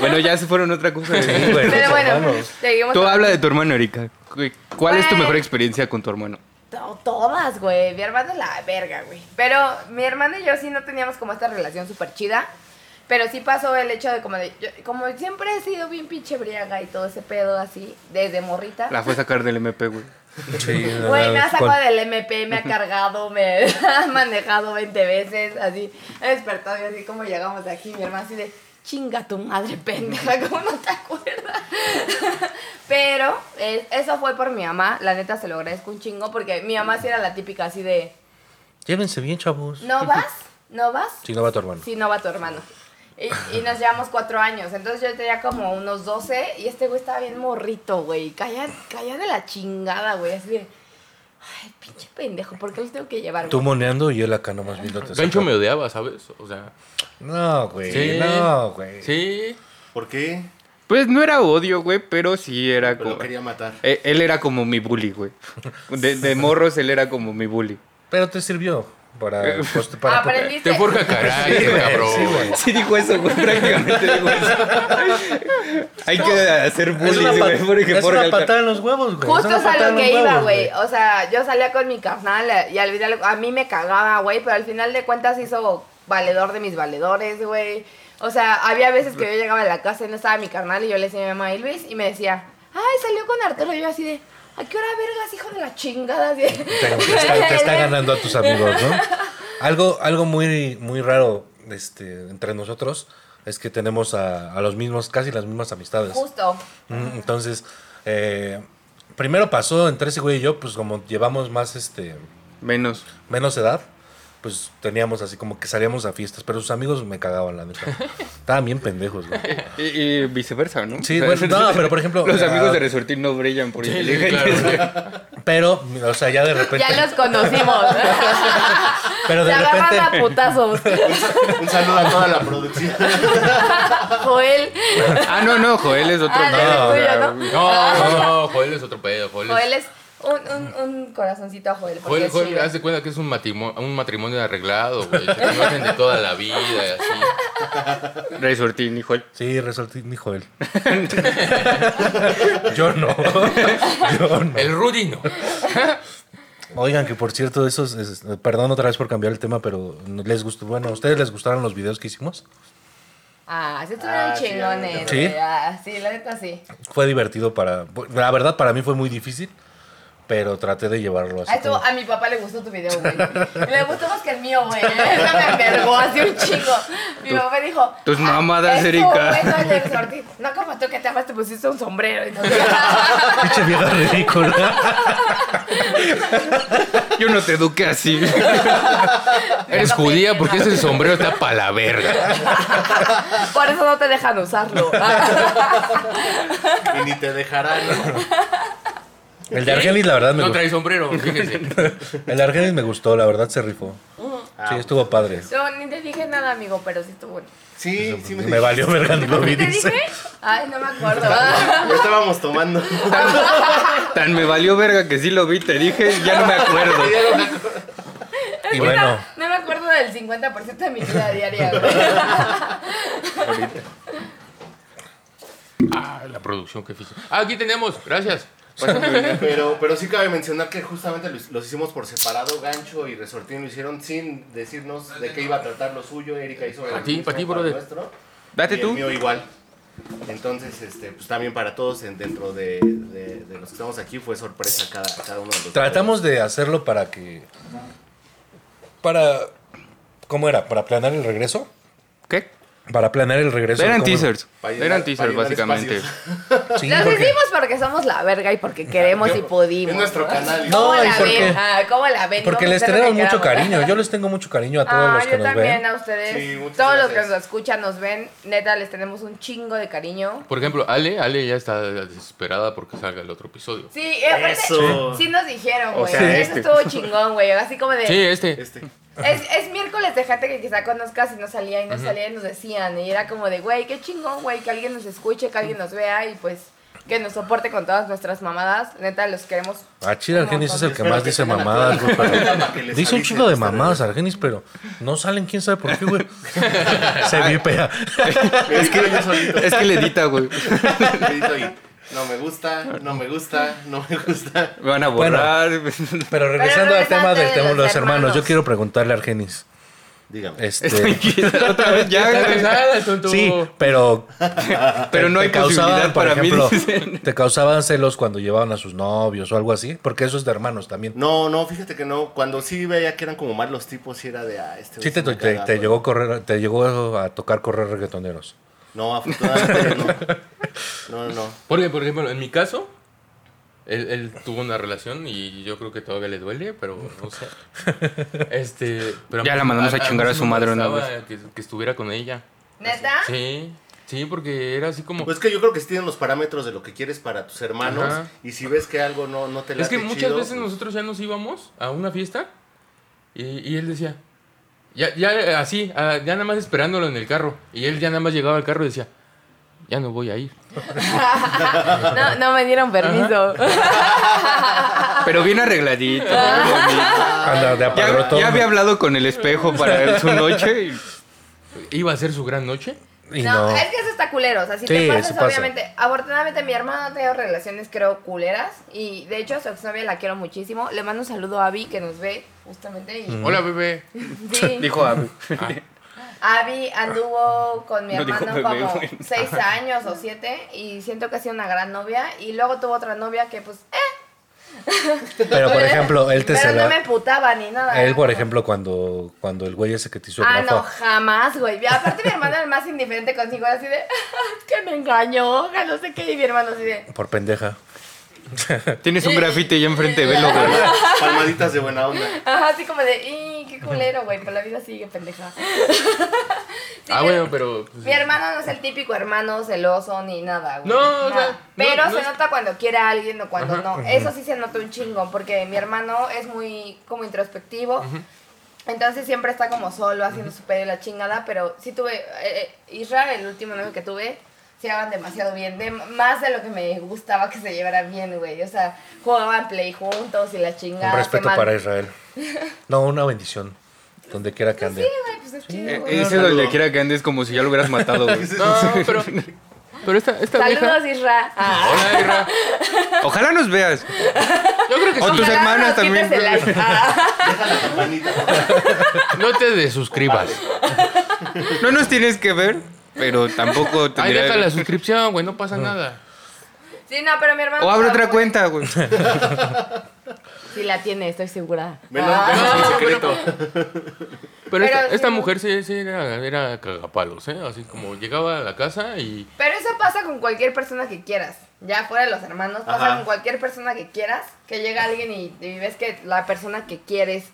Bueno, ya se fueron otra cosa. Sí, güey, Pero bueno, hermanos. seguimos. Tú con- habla de tu hermano, Erika. Güey, ¿Cuál es tu Güey. mejor experiencia con tu hermano? To- Todas, güey. Mi hermano es la verga, güey. Pero mi hermano y yo sí no teníamos como esta relación súper chida. Pero sí pasó el hecho de como de. yo- como siempre he sido bien pinche briaga y todo ese pedo así, desde morrita. La fue a sacar del MP, güey. Sí, no, Güey, me ha con- sacado del MP, me ha cargado, me ha manejado 20 veces, así. He despertado y así como llegamos de aquí, mi hermana así de, chinga tu madre, pendeja, ¿cómo no te acuerdas? Pero eh, eso fue por mi mamá, la neta se lo agradezco un chingo, porque mi mamá sí era la típica así de, Llévense bien, chavos. ¿No vas? ¿No vas? Si no va tu hermano. Si no va tu hermano. Y, y nos llevamos cuatro años. Entonces yo tenía como unos 12 y este güey estaba bien morrito, güey. Calla, calla de la chingada, güey. Así de, ay, pinche pendejo, ¿por qué lo tengo que llevar? Tú güey? moneando y él acá nomás viéndote. Gancho sacar. me odiaba, ¿sabes? O sea, No, güey. Sí. No, güey. sí. ¿Por qué? Pues no era odio, güey, pero sí era Pero como... lo quería matar. Eh, Él era como mi bully, güey. De, de morros, él era como mi bully. Pero te sirvió para. pues, para Aprendiste. Te forja carácter, cabrón. Sí dijo eso, güey, prácticamente dijo eso. Hay que hacer Es bullying, una, güey, pat- porque es por una patada en los huevos, güey. Justo una es a patada en lo los que iba, huevos, güey. O sea, yo salía con mi carnal eh, y al final a mí me cagaba, güey, pero al final de cuentas hizo valedor de mis valedores, güey. O sea, había veces que yo llegaba a la casa y no estaba mi carnal y yo le decía a mi mamá y Luis y me decía, ay, salió con Arturo. Y yo así de, ¿a qué hora vergas, hijo de la chingada? Así de- Te, te está, te está ganando a tus amigos, ¿no? Algo, algo muy, muy raro este, entre nosotros es que tenemos a, a los mismos, casi las mismas amistades. Justo. Mm, Entonces, eh, primero pasó entre ese güey y yo, pues como llevamos más este Menos. menos edad, pues teníamos así como que salíamos a fiestas, pero sus amigos me cagaban, la neta. Estaban bien pendejos, güey. Y, y viceversa, ¿no? Sí, bueno, no, pero por ejemplo, Los ah, amigos de Resortín no brillan por inteligentes. Pero, o sea, ya de repente. Ya los conocimos. pero Se de repente. agarran a putazos. Un saludo a toda la producción. Joel. Ah, no, no, Joel es otro. Ah, no, eres o tuyo, sea, ¿no? No, no, no, Joel es otro pedo. Joel, Joel es, es un, un, un corazoncito a Joel. porque Joel, es Joel, chido. haz de cuenta que es un matrimonio, un matrimonio arreglado, güey. Se conocen de toda la vida y así. Resortín y Joel. Sí, resortí mi Joel. Yo no. Yo no. El Rudy no. Oigan, que por cierto, esos. es- perdón otra vez por cambiar el tema, pero no les gustó. Bueno, ¿a ustedes les gustaron los videos que hicimos? Ah, sí estuvieron Ah, sí, chingones. la neta. güey. ¿Sí? Ah, sí, la neta sí. Fue divertido para. La verdad, para mí fue muy difícil, pero traté de llevarlo así. Ah, estuvo- como- a mi papá le gustó tu video, güey. Le gustó más que el mío, güey. Eso me envergó así un chingo. Mi papá dijo... tus "Ah, mamadas, esto, Erika". güey, no, el de Resortín. No como tú que te amas, te pusiste un sombrero. Entonces, Pinche vieja ridícula. Yo no te eduqué así. Eres judía porque ese sombrero está pa' la verga. por eso no te dejan usarlo. Y ni te dejarán. ¿no? El de Argenis, la verdad, me No gustó. trae sombrero, fíjense. El de Argenis me gustó, la verdad, se rifó. Mm. Sí, estuvo padre. No, ni te dije nada, amigo, pero sí estuvo bueno. Sí, sí me, pues, Me valió verga ni lo vi, ¿Te dice. dije? Ay, no me acuerdo. Ya estábamos tomando. Tan me valió verga que sí lo vi, te dije, ya no me acuerdo. Y bueno, No me acuerdo del 50% de mi vida diaria, güey. Ah, la producción que fijo. Ah, aquí tenemos, gracias. Pero, pero sí cabe mencionar que justamente los, los hicimos por separado, gancho y resortín lo hicieron sin decirnos de qué iba a tratar lo suyo. Erika hizo el Pa' ti, mismo pa' ti, para brother. nuestro, Date y tú. El mío igual. Entonces, este, pues también para todos en- dentro de, de- de los que estamos aquí fue sorpresa cada, cada uno de los. tratamos de hacerlo para que. Para. ¿Cómo era? ¿Para planear el regreso? ¿Qué? Para planear el regreso. Eran ¿cómo? teasers. Pa' llenar- Eran pa' teasers, llenar básicamente. espacios. Sí, Los porque- hicimos porque somos la verga y porque queremos y pudimos. Es nuestro canal. No, ¿Cómo ¿y la por qué? ven? Ah, ¿Cómo la ven? Porque No, les pero tenemos que mucho queramos. cariño. Yo les tengo mucho cariño a todos Ah, los que yo nos también ven. a ustedes. Sí, muchas Todos los que gracias. nos escuchan, nos ven. Neta, les tenemos un chingo de cariño. Por ejemplo, Ale, Ale ya está desesperada porque salga el otro episodio. Sí, y aparte, Eso. sí nos dijeron, güey. sea, este. Eso estuvo chingón, güey. Así como de. Sí, este. Este. Es, es miércoles de gente que quizá conozcas y no salía y no salía y nos decían. Y era como de, güey, qué chingón, güey, que alguien nos escuche, que alguien nos vea y pues que nos soporte con todas nuestras mamadas. Neta, los queremos. A Chile Argenis es el que Espero más pues, que dice tengan a mamadas, todos güey. los pero- para que les Dice un avisen chingo de hasta mamadas Argenis, pero no salen, quién sabe por qué, güey. Se vipea. luego. Es que yo solito. Es que le edita, güey. Edito y, No me gusta, no me gusta, no me gusta. Me van a borrar. Pero regresando al tema regresando del tema de de los los hermanos, yo hermanos. quiero preguntarle a Argenis. Dígame. Este, Otra vez ya, Está güey. cansada, tonto. sí, pero Pero no hay posibilidad por para mí. ejemplo, dicen. te causaban celos cuando llevaban a sus novios o algo así, porque eso es de hermanos también. No, no, fíjate que no. Cuando sí veía que eran como más los tipos, sí era de. Ah, este Sí güey te, te- me te caga, güey. llegó a correr, te llegó a tocar correr reggaetoneros. No, afortunadamente no. No, no, no. Porque, por ejemplo, en mi caso, Él, él tuvo una relación y yo creo que todavía le duele, pero no sé. Este, pero Ya la mandamos a chingar a mí sí su me madre una molestaba Que, que estuviera con ella. ¿Neta? Sí, sí, porque era así como... Pues es que yo creo que sí tienen los parámetros de lo que quieres para tus hermanos. Ajá. Y si ves que algo no, no te late Es que muchas chido, veces pues, nosotros ya nos íbamos a una fiesta y, y él decía, ya, ya eh, así, ah, ya nada más esperándolo en el carro. Y él ya nada más llegaba al carro y decía, ya no voy a ir. No, no me dieron permiso. Pero bien arregladito. Anda, de Ya, aparrotón. ya había hablado con el espejo para ver su noche. y- Iba a ser su gran noche. Y no, no. es que eso está culero. O sea, si Sí, te pasas, eso pasa. obviamente. Afortunadamente, mi hermana no ha tenido relaciones, creo, culeras. Y de hecho, a su exnovia la quiero muchísimo. Le mando un saludo a Abby, que nos ve justamente. Y, Mm. Hola, bebé. sí, Dijo "Ah, a Abby anduvo con mi No dijo hermano bebé, como güey. seis años o siete. Y siento que ha sido una gran novia. Y luego tuvo otra novia que, pues, eh, Pero por ejemplo, él te Pero se no me la. emputaba ni nada. Él, era por como- ejemplo, cuando, cuando el güey ese que te hizo el Ah, Rafa, no, jamás, güey. Aparte, mi hermano era el más indiferente consigo, era así de, "Ah, "Es que me engañó, que no sé qué. Y mi hermano así de, por pendeja. Tienes un grafite ya enfrente, velo, güey. pues, Palmaditas de buena onda. Ajá, "Ah, así como de, ¡y qué culero, güey! Pero la vida sigue, pendeja. Sí, ah, mi- bueno, pero... pues, Mi hermano no es el típico hermano celoso ni nada, güey. No, o Nada. sea, no, Pero no se es- nota cuando quiere a alguien o cuando Ajá, no. Eso sí se nota un chingo, porque mi hermano es muy como introspectivo. Entonces siempre está como solo, haciendo su pedo y la chingada. Pero sí tuve. eh, eh, Israel, el último novio que tuve. Se llevaban demasiado bien, de, más de lo que me gustaba que se llevaran bien, güey. O sea, jugaban play juntos y la chingada. Un se respeto man- para Israel. No, una bendición. Donde quiera que ande. Sí, güey, pues es chido, güey. E-, Ese donde quiera que andes como si ya lo hubieras matado, güey. No, pero... Pero esta, eh, esta vieja... Saludos, Israel. Ah. Hola, Irra. Ojalá nos veas. Yo creo que O sí. tus Ojalá hermanas nos quites también. el like. Ah. Deja la campanita. No te desuscribas. No nos tienes que ver, pero tampoco Ahí deja la tendría... suscripción, güey, no pasa nada. Sí, no, pero mi hermano. O abre no, otra güey. cuenta, güey. Sí la tiene, estoy segura. Menos- Ah. menos en secreto. Pero esta, Pero esta sí. mujer sí, sí era, era cagapalos, ¿eh? Así como llegaba a la casa y... Pero eso pasa con cualquier persona que quieras. Ya fuera de los hermanos, pasa Ajá. con cualquier persona que quieras. Que llega alguien y, y ves que la persona que quieres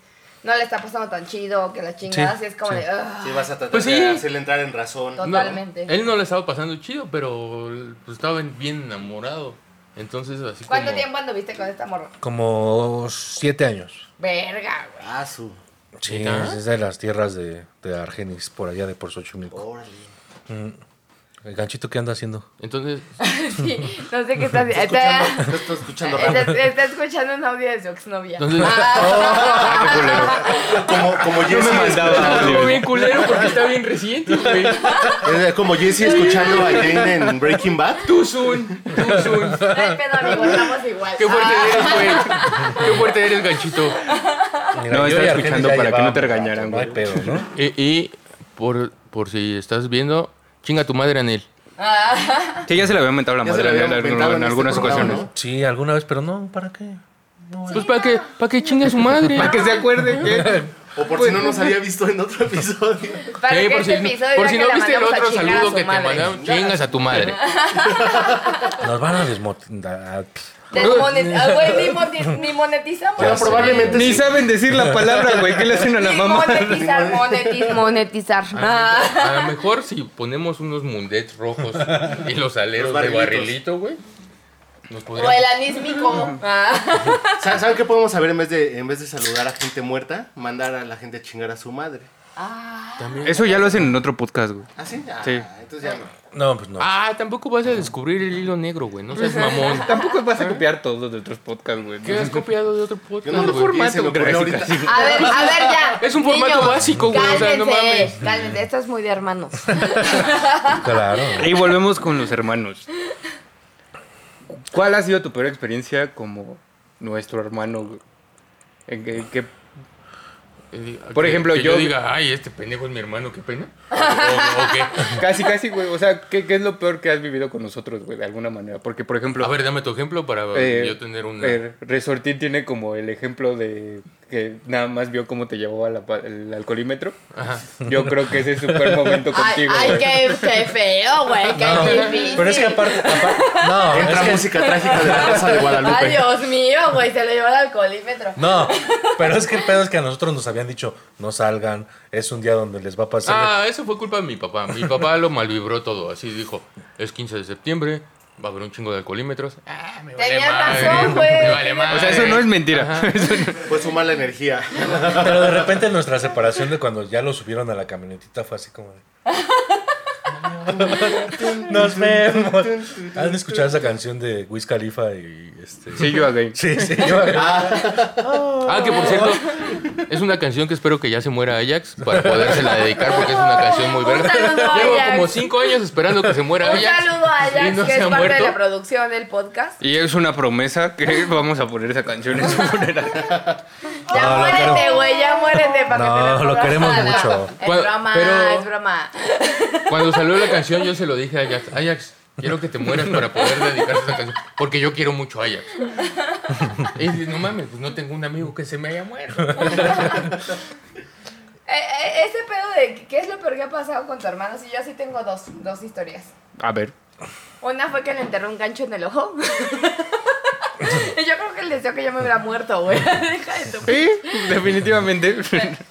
no le está pasando tan chido, que la chingada, así es como de. "Ugh". Sí, vas a tratar Pues sí. de hacerle entrar en razón. Total. No, Totalmente. él no le estaba pasando chido, pero pues, estaba bien enamorado. Entonces, así ¿Cuánto como- tiempo anduviste con esta morra? Como siete años. Verga, güey. Ah, su. Sí, ¿Neta? es de las tierras de, de Argenis, por allá de por Xochimilco. Órale. El ganchito que anda haciendo. Entonces, Sí, no sé qué estás haciendo. Está, Escuchando, no estoy escuchando raro. está- está escuchando un audio de su exnovia. Entonces- Ah. Como, como Jesse. está algo bien culero porque está bien reciente, güey. Es como Jesse escuchando a Jane en Breaking Bad. Tú soon, tú soon. No hay pedo, amigo, estamos igual. Qué fuerte Ah. eres, güey. Qué fuerte eres, ganchito. Mira, No, yo estaba y Argenis escuchando ya para que no te llevábamos regañaran, rato, No hay pedo, ¿no? Y, y por, por si estás viendo, chinga tu madre, Anel. Sí, ya se le había mentado la Ya se madre le había en, algún- comentado en este algunas programa, ocasiones. ¿no? Sí, alguna vez, pero no, ¿para qué? Pues para que, para que chinga su madre. Para que se acuerde que... O por si no nos había visto en otro episodio. Para Sí, que por si, este episodio por ya si que no la viste el mandamos a otro chingar a saludo su que te madre. mandaron, chingas a tu madre. Nos van a ah, desmotivar. Desmonet- ah, güey, ni, mone- ni monetizamos. Bueno, sé. probablemente Ni sí. saben decir la palabra, güey. ¿Qué le hacen a la Ni mamá? monetizar, monetizar, monetizar. Ah. A lo mejor si ponemos unos mundets rojos y los aleros Los de barrilitos. barrilito, güey, nos O el podríamos... anísmico. Ah. ¿Sa- ¿Saben qué podemos saber en vez de en vez de saludar a gente muerta? Mandar a la gente a chingar a su madre. Eso ya lo hacen en otro podcast, güey. ¿Ah, sí? Ah, Sí. Entonces ya no. No, pues no. Ah, tampoco vas a descubrir el hilo negro, güey. No seas mamón. Tampoco ¿Eh? vas a copiar todos de otros podcasts, güey. ¿Qué has copiado de otro Yo podcast? no lo güey? formato, se me ocurrió gráfica, ahorita. A ver, a ver ya. Es un formato Niños, básico, güey, o sea, no Cálmense, cálmense. Esto es muy de hermanos. Claro. Y volvemos con los hermanos. ¿Cuál ha sido tu peor experiencia como nuestro hermano? güey? ¿En qué- qué- Eh, Por que- ejemplo, que yo- diga, ay, este pendejo es mi hermano, qué pena. O, o qué. Casi, casi, güey. O sea, ¿qué, qué es lo peor que has vivido con nosotros, güey? De alguna manera. Porque, por ejemplo... A ver, dame tu ejemplo para eh, yo tener un... eh, Resortín tiene como el ejemplo de que nada más vio cómo te llevó a la pa- el alcoholímetro. Yo creo que ese es super momento Ay, contigo. ay güey. qué, qué feo, güey, qué difícil. Pero es que aparte. apar- no, es Entra que- música trágica de la Rosa de Guadalupe. Ay, Dios mío, güey, se le llevó el alcoholímetro. No, pero es que el pedo es que a nosotros nos habían dicho, no salgan, es un día donde les va a pasar. Ah, eso fue culpa de mi papá. Mi papá lo malvibró todo. Así dijo, es 15 de septiembre, va a haber un chingo de alcoholímetros. Ah, me vale Tenías madre, razón, güey. Me vale madre. O sea, eso no es mentira. Fue su mala energía. Pero de repente nuestra separación de cuando ya lo subieron a la camionetita fue así como de... Nos vemos. ¿Han escuchado esa canción de Wiz Khalifa y este? Sí, yo again. Sí, sí, yo- Ah, que por cierto, es una canción que espero que ya se muera Ajax para podérsela dedicar porque es una canción muy verga. Un saludo a Llevo Ajax. como cinco años esperando que se muera Un Ajax. saludo a y Ajax, no que se es ha parte de la muerto. producción del podcast. Y es una promesa que vamos a poner esa canción en su funeral. Ya No, lo muérete, queremos. güey, ya muérete para que te No, la lo pongas. queremos mucho. Es Bueno, broma, pero- es broma. Cuando salió la canción, yo se lo dije a Ajax: Ajax, quiero que te mueras para poder dedicar esta canción porque yo quiero mucho a Ajax. Y dice: No mames, pues no tengo un amigo que se me haya muerto. Eh, eh, ese pedo de qué es lo peor que ha pasado con tu hermano, si yo sí tengo dos, dos historias. A ver. Una fue que le enterró un gancho en el ojo. y yo creo que él deseó que yo me hubiera muerto, güey. Deja de tu Sí, definitivamente.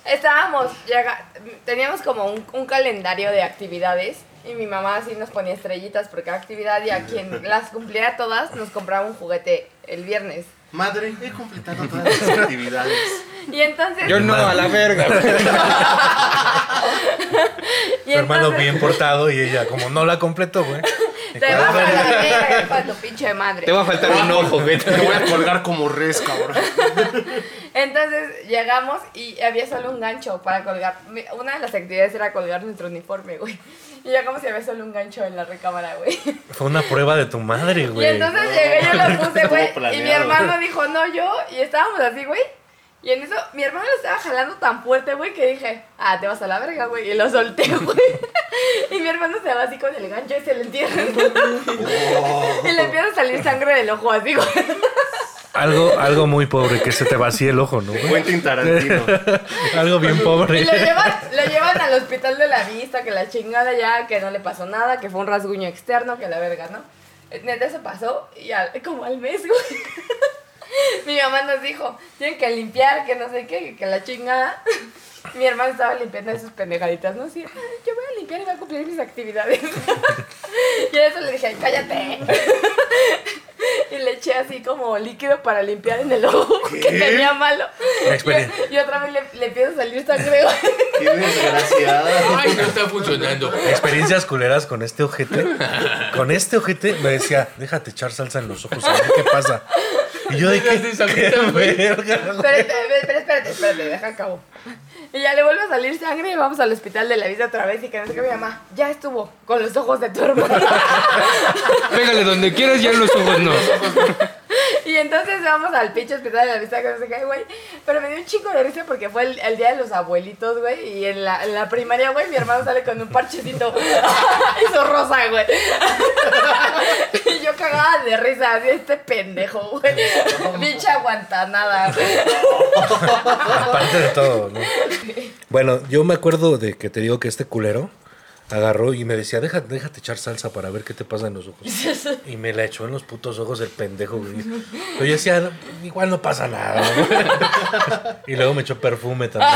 Estábamos, llega- teníamos como un, un calendario de actividades y mi mamá así nos ponía estrellitas por cada actividad y a quien las cumpliera todas nos compraba un juguete el viernes. Madre, he completado todas las actividades. Y entonces... Yo no, a la verga. y Su hermano entonces- bien portado y ella como no la completó, güey. Te vas a la verga, hijo de tu pinche madre. Te va a faltar un ojo, vete. Te voy a colgar como res, cabrón. Entonces llegamos y había solo un gancho para colgar. Mi- Una de las actividades era colgar nuestro uniforme, güey. Y llegamos y había solo un gancho en la recámara, güey. Fue una prueba de tu madre, Y güey. entonces llegué, yo lo puse, güey. Y mi planeado. hermano dijo, no, yo. Y estábamos así, güey. Y en eso, mi hermano lo estaba jalando tan fuerte, güey, que dije, ah, te vas a la verga, güey. Y lo solté, güey. Y mi hermano se va así con el gancho y se le entierra. Y le empieza a salir sangre del ojo, así, güey. Algo, algo muy pobre, que se te vacíe el ojo, ¿no? güey? Quentin Tarantino. Algo bien Y lo pobre. llevan, lo llevan al hospital de la vista, que la chingada ya, que no le pasó nada, que fue un rasguño externo, que la verga, ¿no? Eh, Neta, eso pasó y al- como al mes, güey. Mi mamá nos dijo, tienen que limpiar, que no sé qué, que, que la chingada. Mi hermano estaba limpiando sus pendejaditas, ¿no? Así, "Ay, yo voy a limpiar y voy a cumplir mis actividades. Y a eso le dije, "Ay, cállate. Y le eché así como líquido para limpiar en el ojo que tenía malo. Una experiencia. Y, y otra vez le, le empieza a salir sangre, güey. Qué desgraciada. Ay, no está funcionando. Experiencias culeras con este ojete. Con este ojete me decía, déjate echar salsa en los ojos, a ver qué pasa. Y yo de qué, Déjate salsita, qué güey. verga, güey. Pero, espérate, pero espérate, espérate, deja acabo. Y ya le vuelve a salir sangre y vamos al hospital de la vista otra vez y que no sé qué, mi mamá, ya estuvo con los ojos de tu hermano. Pégale donde quieras, ya en los ojos no. Y entonces vamos al pinche hospital de la vista que no sé qué, güey. Pero me dio un chico de risa porque fue el, el día de los abuelitos, güey. Y en la, en la primaria, güey, mi hermano sale con un parchecito. Hizo rosa, güey. y yo cagaba de risa, así este pendejo, güey. Pinche aguantanada. Aparte de todo, ¿no? Bueno, yo me acuerdo de que te digo que este culero agarró y me decía, déjate, déjate echar salsa para ver qué te pasa en los ojos. Y me la echó en los putos ojos el pendejo, güey. Pero yo decía, "No, igual no pasa nada, güey". Y luego me echó perfume también.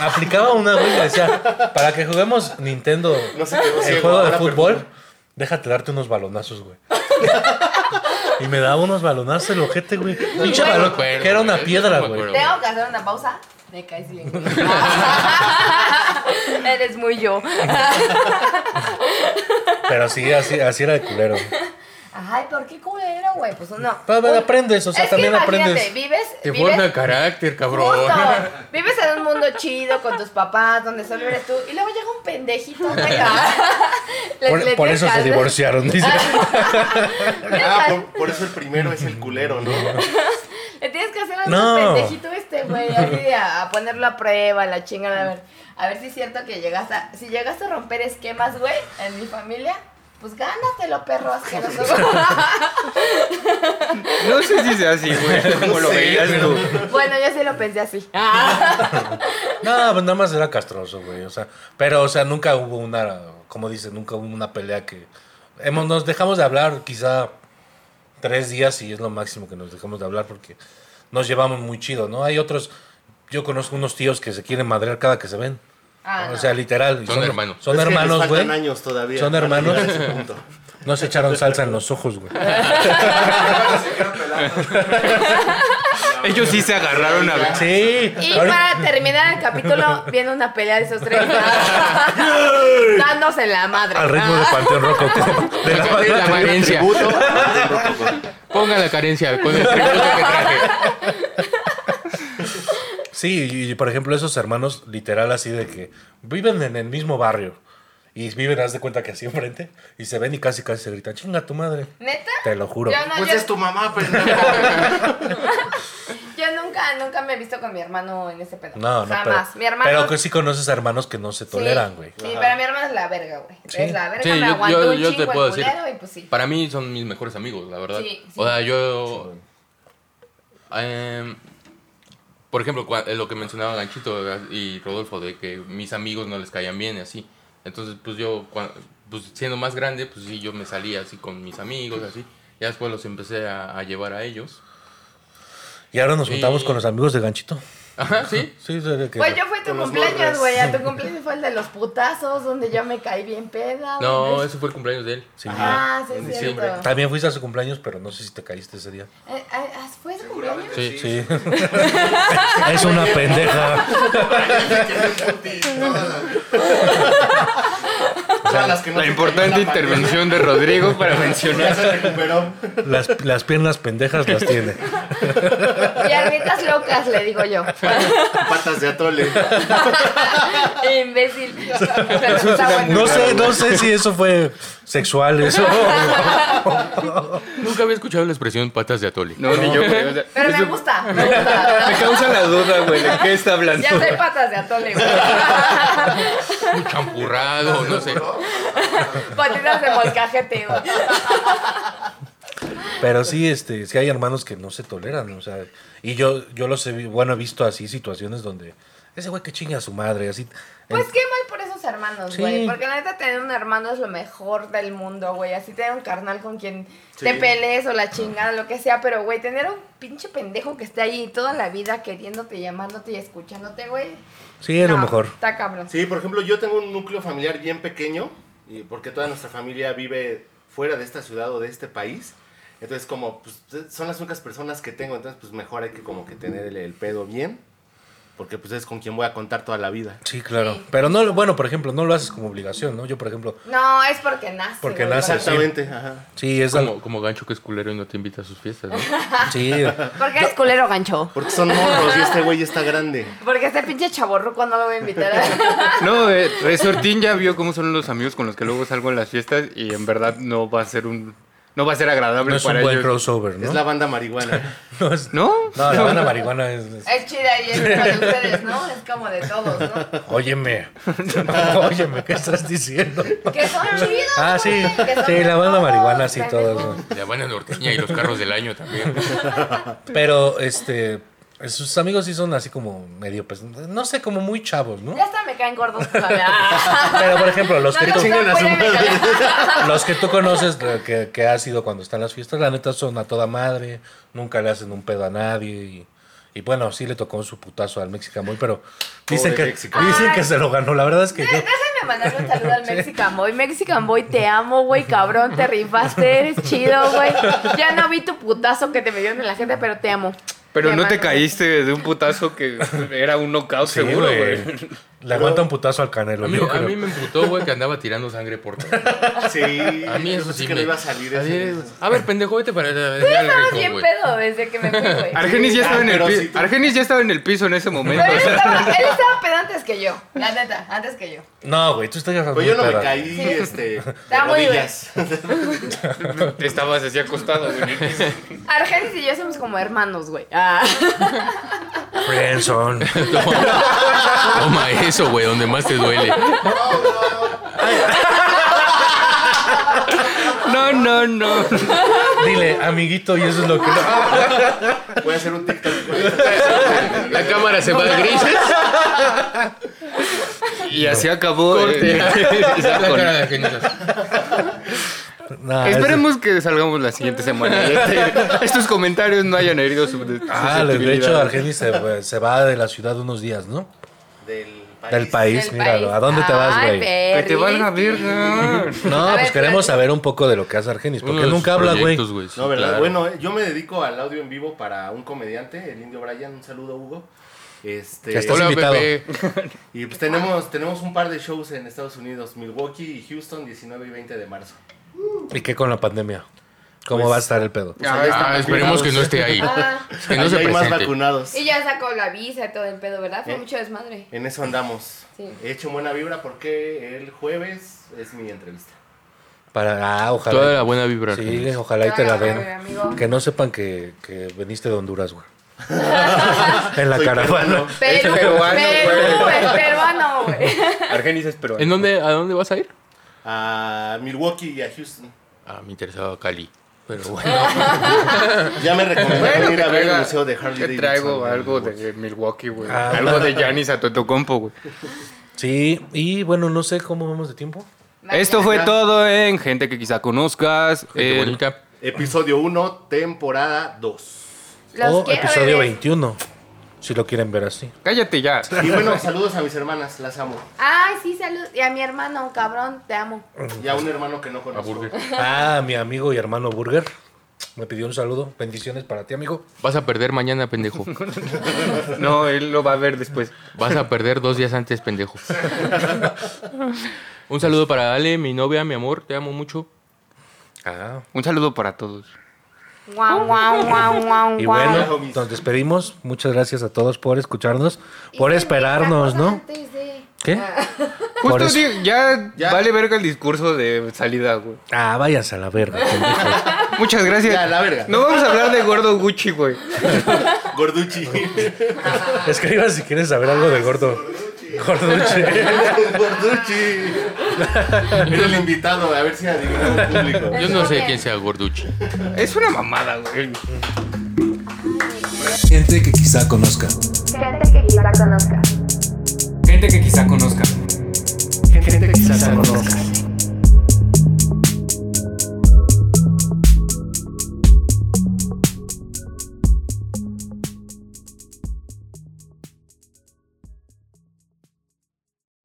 Aplicaba una, güey, que decía, para que juguemos Nintendo, No se quedó el ciego, juego de ahora fútbol, perfume. déjate darte unos balonazos, güey. Y me daba unos balonazos el ojete, güey. Pinche me balón, acuerdo, que era una güey, piedra, no me güey. acuerdo. Tengo que hacer una pausa. Me caes bien. Eres muy yo. Pero sí, así, así era de culero. Ay, ¿por qué culero, güey? Pues no. Pero, pero aprendes, o sea, es también que imagínate, aprendes. Vives, Te vives forma carácter, cabrón. Justo. Vives en un mundo chido con tus papás, donde solo eres tú. Y luego llega un pendejito, güey. ah. Le- Por, le por eso se tienes que- divorciaron, dice. Ah, por, por eso el primero es el culero, ¿no? Le tienes que hacer al No. pendejito este, güey. Así a, a ponerlo a prueba, la chingada. A ver, a ver si es cierto que llegaste a, si llegaste a romper esquemas, güey, en mi familia. Pues gánatelo, perro asqueroso. No sé si sea así, güey. Como lo sé, veías tú. bueno, yo sí lo pensé así. No, pues nada más era castroso, güey. O sea, pero, o sea, nunca hubo una, como dice, nunca hubo una pelea que. Hemos, nos dejamos de hablar quizá tres días y es lo máximo que nos dejamos de hablar porque nos llevamos muy chido, ¿no? Hay otros. Yo conozco unos tíos que se quieren madrear cada que se ven. Ah, O no. sea, literal. y Son hermanos. Son Es que les hermanos, faltan güey. años todavía. Son para hermanos. llegar a ese punto. No se echaron salsa en los ojos, güey. Ellos sí se agarraron a ver. Sí. Y ahorita- para terminar el capítulo, viene una pelea de esos tres. Dándose la madre. Al ritmo de Panteón Rococo. De la Sí, la carencia. Tributo. Tampoco. Ponga la carencia con el tributo que traje. Sí, y, y, por ejemplo, esos hermanos, literal, así de que viven en el mismo barrio y viven, haz de cuenta que así enfrente, y se ven y casi, casi se gritan: chinga tu madre. ¿Neta? Te lo juro. Yo, no, Pues yo- es tu mamá, pendejo. yo nunca, nunca me he visto con mi hermano en ese pedo. No, no, pero, Jamás. mi hermano. pero que sí conoces hermanos que no se sí. toleran, güey. Sí, pero mi hermano es la verga, güey. Sí. Es la verga, Sí, me yo, aguantó yo- un yo te chingo puedo el decir. culero y pues sí. Para mí son mis mejores amigos, la verdad. Sí, sí. O sea, yo. em, por ejemplo, cua- eh, lo que mencionaba Ganchito ¿verdad? y Rodolfo, de que mis amigos no les caían bien y así. Entonces, pues yo, cua- pues siendo más grande, pues sí, yo me salía así con mis amigos, así. Ya después los empecé a, a llevar a ellos. Y ahora nos juntamos Y- con los amigos de Ganchito. Ajá, sí. Sí, de que- Pues yo fue tu Con los cumpleaños, morras. güey. A tu cumpleaños fue el de los putazos, donde yo me caí bien peda. No, donde- ese fue el cumpleaños de él. Sí. Ah, sí, en es diciembre. cierto. También fuiste a su cumpleaños, pero no sé si te caíste ese día. Eh, eh, ¿Fue su cumpleaños? Sí, sí. Sí. es una pendeja. Todas las que no La se importante cayeron la pandemia, intervención de Rodrigo para mencionar. Ya se recuperó. Las, las piernas pendejas las tiene. Piernitas locas, le digo yo. Patas de atole. Imbécil. Pero está bueno. No sé, no sé si eso fue sexual, eso. Nunca había escuchado la expresión patas de atole. No, ni yo, güey. o sea, Pero me eso- gusta, me gusta. Me causa la duda, güey, de qué está hablando. Ya soy patas de atole, güey. Champurrado, no sé. Patitas de molcajete, güey. Pero sí, este, sí hay hermanos que no se toleran, o sea, y yo, yo los he, vi- bueno, he visto así situaciones donde ese güey que chinga a su madre, así. Pues en- qué mal por esos hermanos, Sí. güey. Porque la neta, tener un hermano es lo mejor del mundo, güey. Así tener un carnal con quien te pelees o la chingada, lo que sea. Pero, güey, tener un pinche pendejo que esté ahí toda la vida queriéndote, llamándote y escuchándote, güey. sí, a lo no, mejor. Está cabrón. Sí, por ejemplo, yo tengo un núcleo familiar bien pequeño, y porque toda nuestra familia vive fuera de esta ciudad o de este país. Entonces, como pues, son las únicas personas que tengo, entonces pues mejor hay que como que tener el, el pedo bien, porque pues es con quien voy a contar toda la vida. Sí, claro. Pero no, lo- bueno, por ejemplo, no lo haces como obligación, ¿no? Yo, por ejemplo, No, es porque nace. Porque güey, Pues nace, porque- Exactamente, ajá. sí, es Como, algo. como gancho que es culero y no te invita a sus fiestas, ¿no? Sí, Porque eres culero gancho. Porque son morros y este güey ya está grande. Porque este pinche chaborruco no lo voy a invitar a. No, eh, Resortín ya vio cómo son los amigos con los que luego salgo en las fiestas y en verdad no va a ser un no va a ser agradable no es para un buen ellos. crossover, ¿no? Es la banda marihuana. No, es- ¿No? no, la banda marihuana es. es- Es chida y es como de ustedes, ¿no? Es como de todos, ¿no? Óyeme. Óyeme, ¿qué estás diciendo? Que son chidos. Ah, sí. güey, que son Sí, de la banda todos, marihuana, sí, pendejo. todos. ¿no? La buena norteña y los carros del año también. Pero, este, sus amigos sí son así como medio, pues, no sé, como muy chavos, ¿no? Ya hasta me caen gordos. pues, ah. Pero, por ejemplo, los No que, les tú, dan su cuello de cabeza. los que tú conoces, eh, que, que has ido cuando están las fiestas, la neta son a toda madre, nunca le hacen un pedo a nadie y... y bueno, sí le tocó su putazo al Mexicamoy, pero dicen, Pobre que, Mexicamoy. dicen que se lo ganó. La verdad es que yo, Déjame mandarle un saludo al Mexican Boy. Mexican Boy, te amo, güey, cabrón, te rifaste, eres chido, güey. Ya no vi tu putazo que te me dieron en la gente, pero te amo. Pero no mando te un- caíste de un putazo que era un knockout Sí, seguro, güey. güey. Le aguanta un putazo al Canelo. A mí, yo a creo. mí me emputó, güey, que andaba tirando sangre por todo. Sí. A mí eso sí es que me... no iba a salir Así ese- es. A ver, pendejo, vete para... allá, ya le Estaba rico, bien güey. pedo desde que me fui, güey. Argenis ya Ah, estaba en el pero piso. sí tú- Argenis ya estaba en el piso en ese momento. Pero o él sea, estaba, él estaba pedo antes que yo, la neta, antes que yo. No, güey, tú estás ya Pues yo no me peda. caí, este. de Está muy bien. rodillas. estabas así acostado, güey. Argenis y yo somos como hermanos, güey. Ah. Friendzone. Toma eso, güey, donde más te duele. No, no, no. Dile, amiguito, y eso es lo que. Voy a hacer un TikTok. güey. La cámara se va a gris. Y así acabó. Corte. eh, La Ah, cara de Genitas. Nah, es- Ah, Esperemos que salgamos la siguiente semana. y este- estos comentarios no hayan herido su. de- Ah, susceptibilidad. de hecho, Argenis se, se va de la ciudad unos días, ¿no? Del país. Del país, Del míralo. país. ¿A dónde te vas, Ay, güey? Que te Perris. valga verga. No, A pues ver, queremos espérate. saber un poco de lo que hace Argenis, porque Uno de él nunca sus habla, güey. proyectos, sí, No, ¿verdad? claro. Bueno, eh, yo me dedico al audio en vivo para un comediante, el Indio Brian. Un saludo, Hugo. Este, Que estás Hola, invitado. Pepe. y pues tenemos, tenemos un par de shows en Estados Unidos, Milwaukee y Houston, 19 y 20 de marzo. ¿Y qué con la pandemia? ¿Cómo Pues- va a estar el pedo? Ah, esperemos que no esté ahí. Ah, Que no Ahí se hay más presente. vacunados. y ya sacó la visa y todo el pedo, ¿verdad? Fue ¿Eh? mucho desmadre. En eso andamos. Sí. He hecho buena vibra porque el jueves es mi entrevista. Para, ah, ojalá. Toda la buena vibra. Sí, Argenis. ojalá y te la Toda la buena, den. amigo. Que no sepan que, que veniste de Honduras, güey. en la Soy caravana. peruano. Perú, peruano, Perú, güey. es peruano, güey. Argenis es peruano. ¿En dónde, ¿A dónde vas a ir? A Milwaukee y a Houston. Ah, me interesaba Cali. Pero bueno. Ya me recomendaron Bueno, que ir a ver traiga- el museo de Harley que Davidson. traigo en algo Milwaukee. de Milwaukee, güey. Ah, algo de Giannis Antetokounmpo, güey. Sí, y bueno, no sé cómo vamos de tiempo. Esto fue todo en Gente que quizá conozcas. Gente en- bonita. Episodio 1, temporada 2. Los o quiero, Oh, episodio bebés. 21, si lo quieren ver así. Cállate ya. Y bueno, saludos a mis hermanas, las amo. Ay, sí, salud. Y a mi hermano, cabrón, te amo. Y a un hermano que no A conozco. Burger. Ah, mi amigo y hermano Burger me pidió un saludo. Bendiciones para ti, amigo. Vas a perder mañana, pendejo. No, él lo va a ver después. Vas a perder dos días antes, pendejo. Un saludo para Ale, mi novia, mi amor. Te amo mucho. Ah, Un saludo para todos. Guau, guau, guau, guau, y guau. bueno, nos despedimos. Muchas gracias a todos por escucharnos, por esperarnos, ¿no? ¿Qué? Por Justo eso- di- ya, Ya. vale verga el discurso de salida, güey. Ah, váyanse a la verga. pendejos. Muchas gracias. Ya, la verga. No vamos a hablar de gordo Gucci, güey. Gorduchi. Escriban si quieren saber algo del gordo. Gorduche. Gorduchi. Era el invitado, a ver si adivinó el público. Yo no sé quién sea Gorduchi. Es una mamada, güey. Gente que quizá conozca. Gente que quizá conozca. Gente que quizá conozca. Gente que quizás conozca.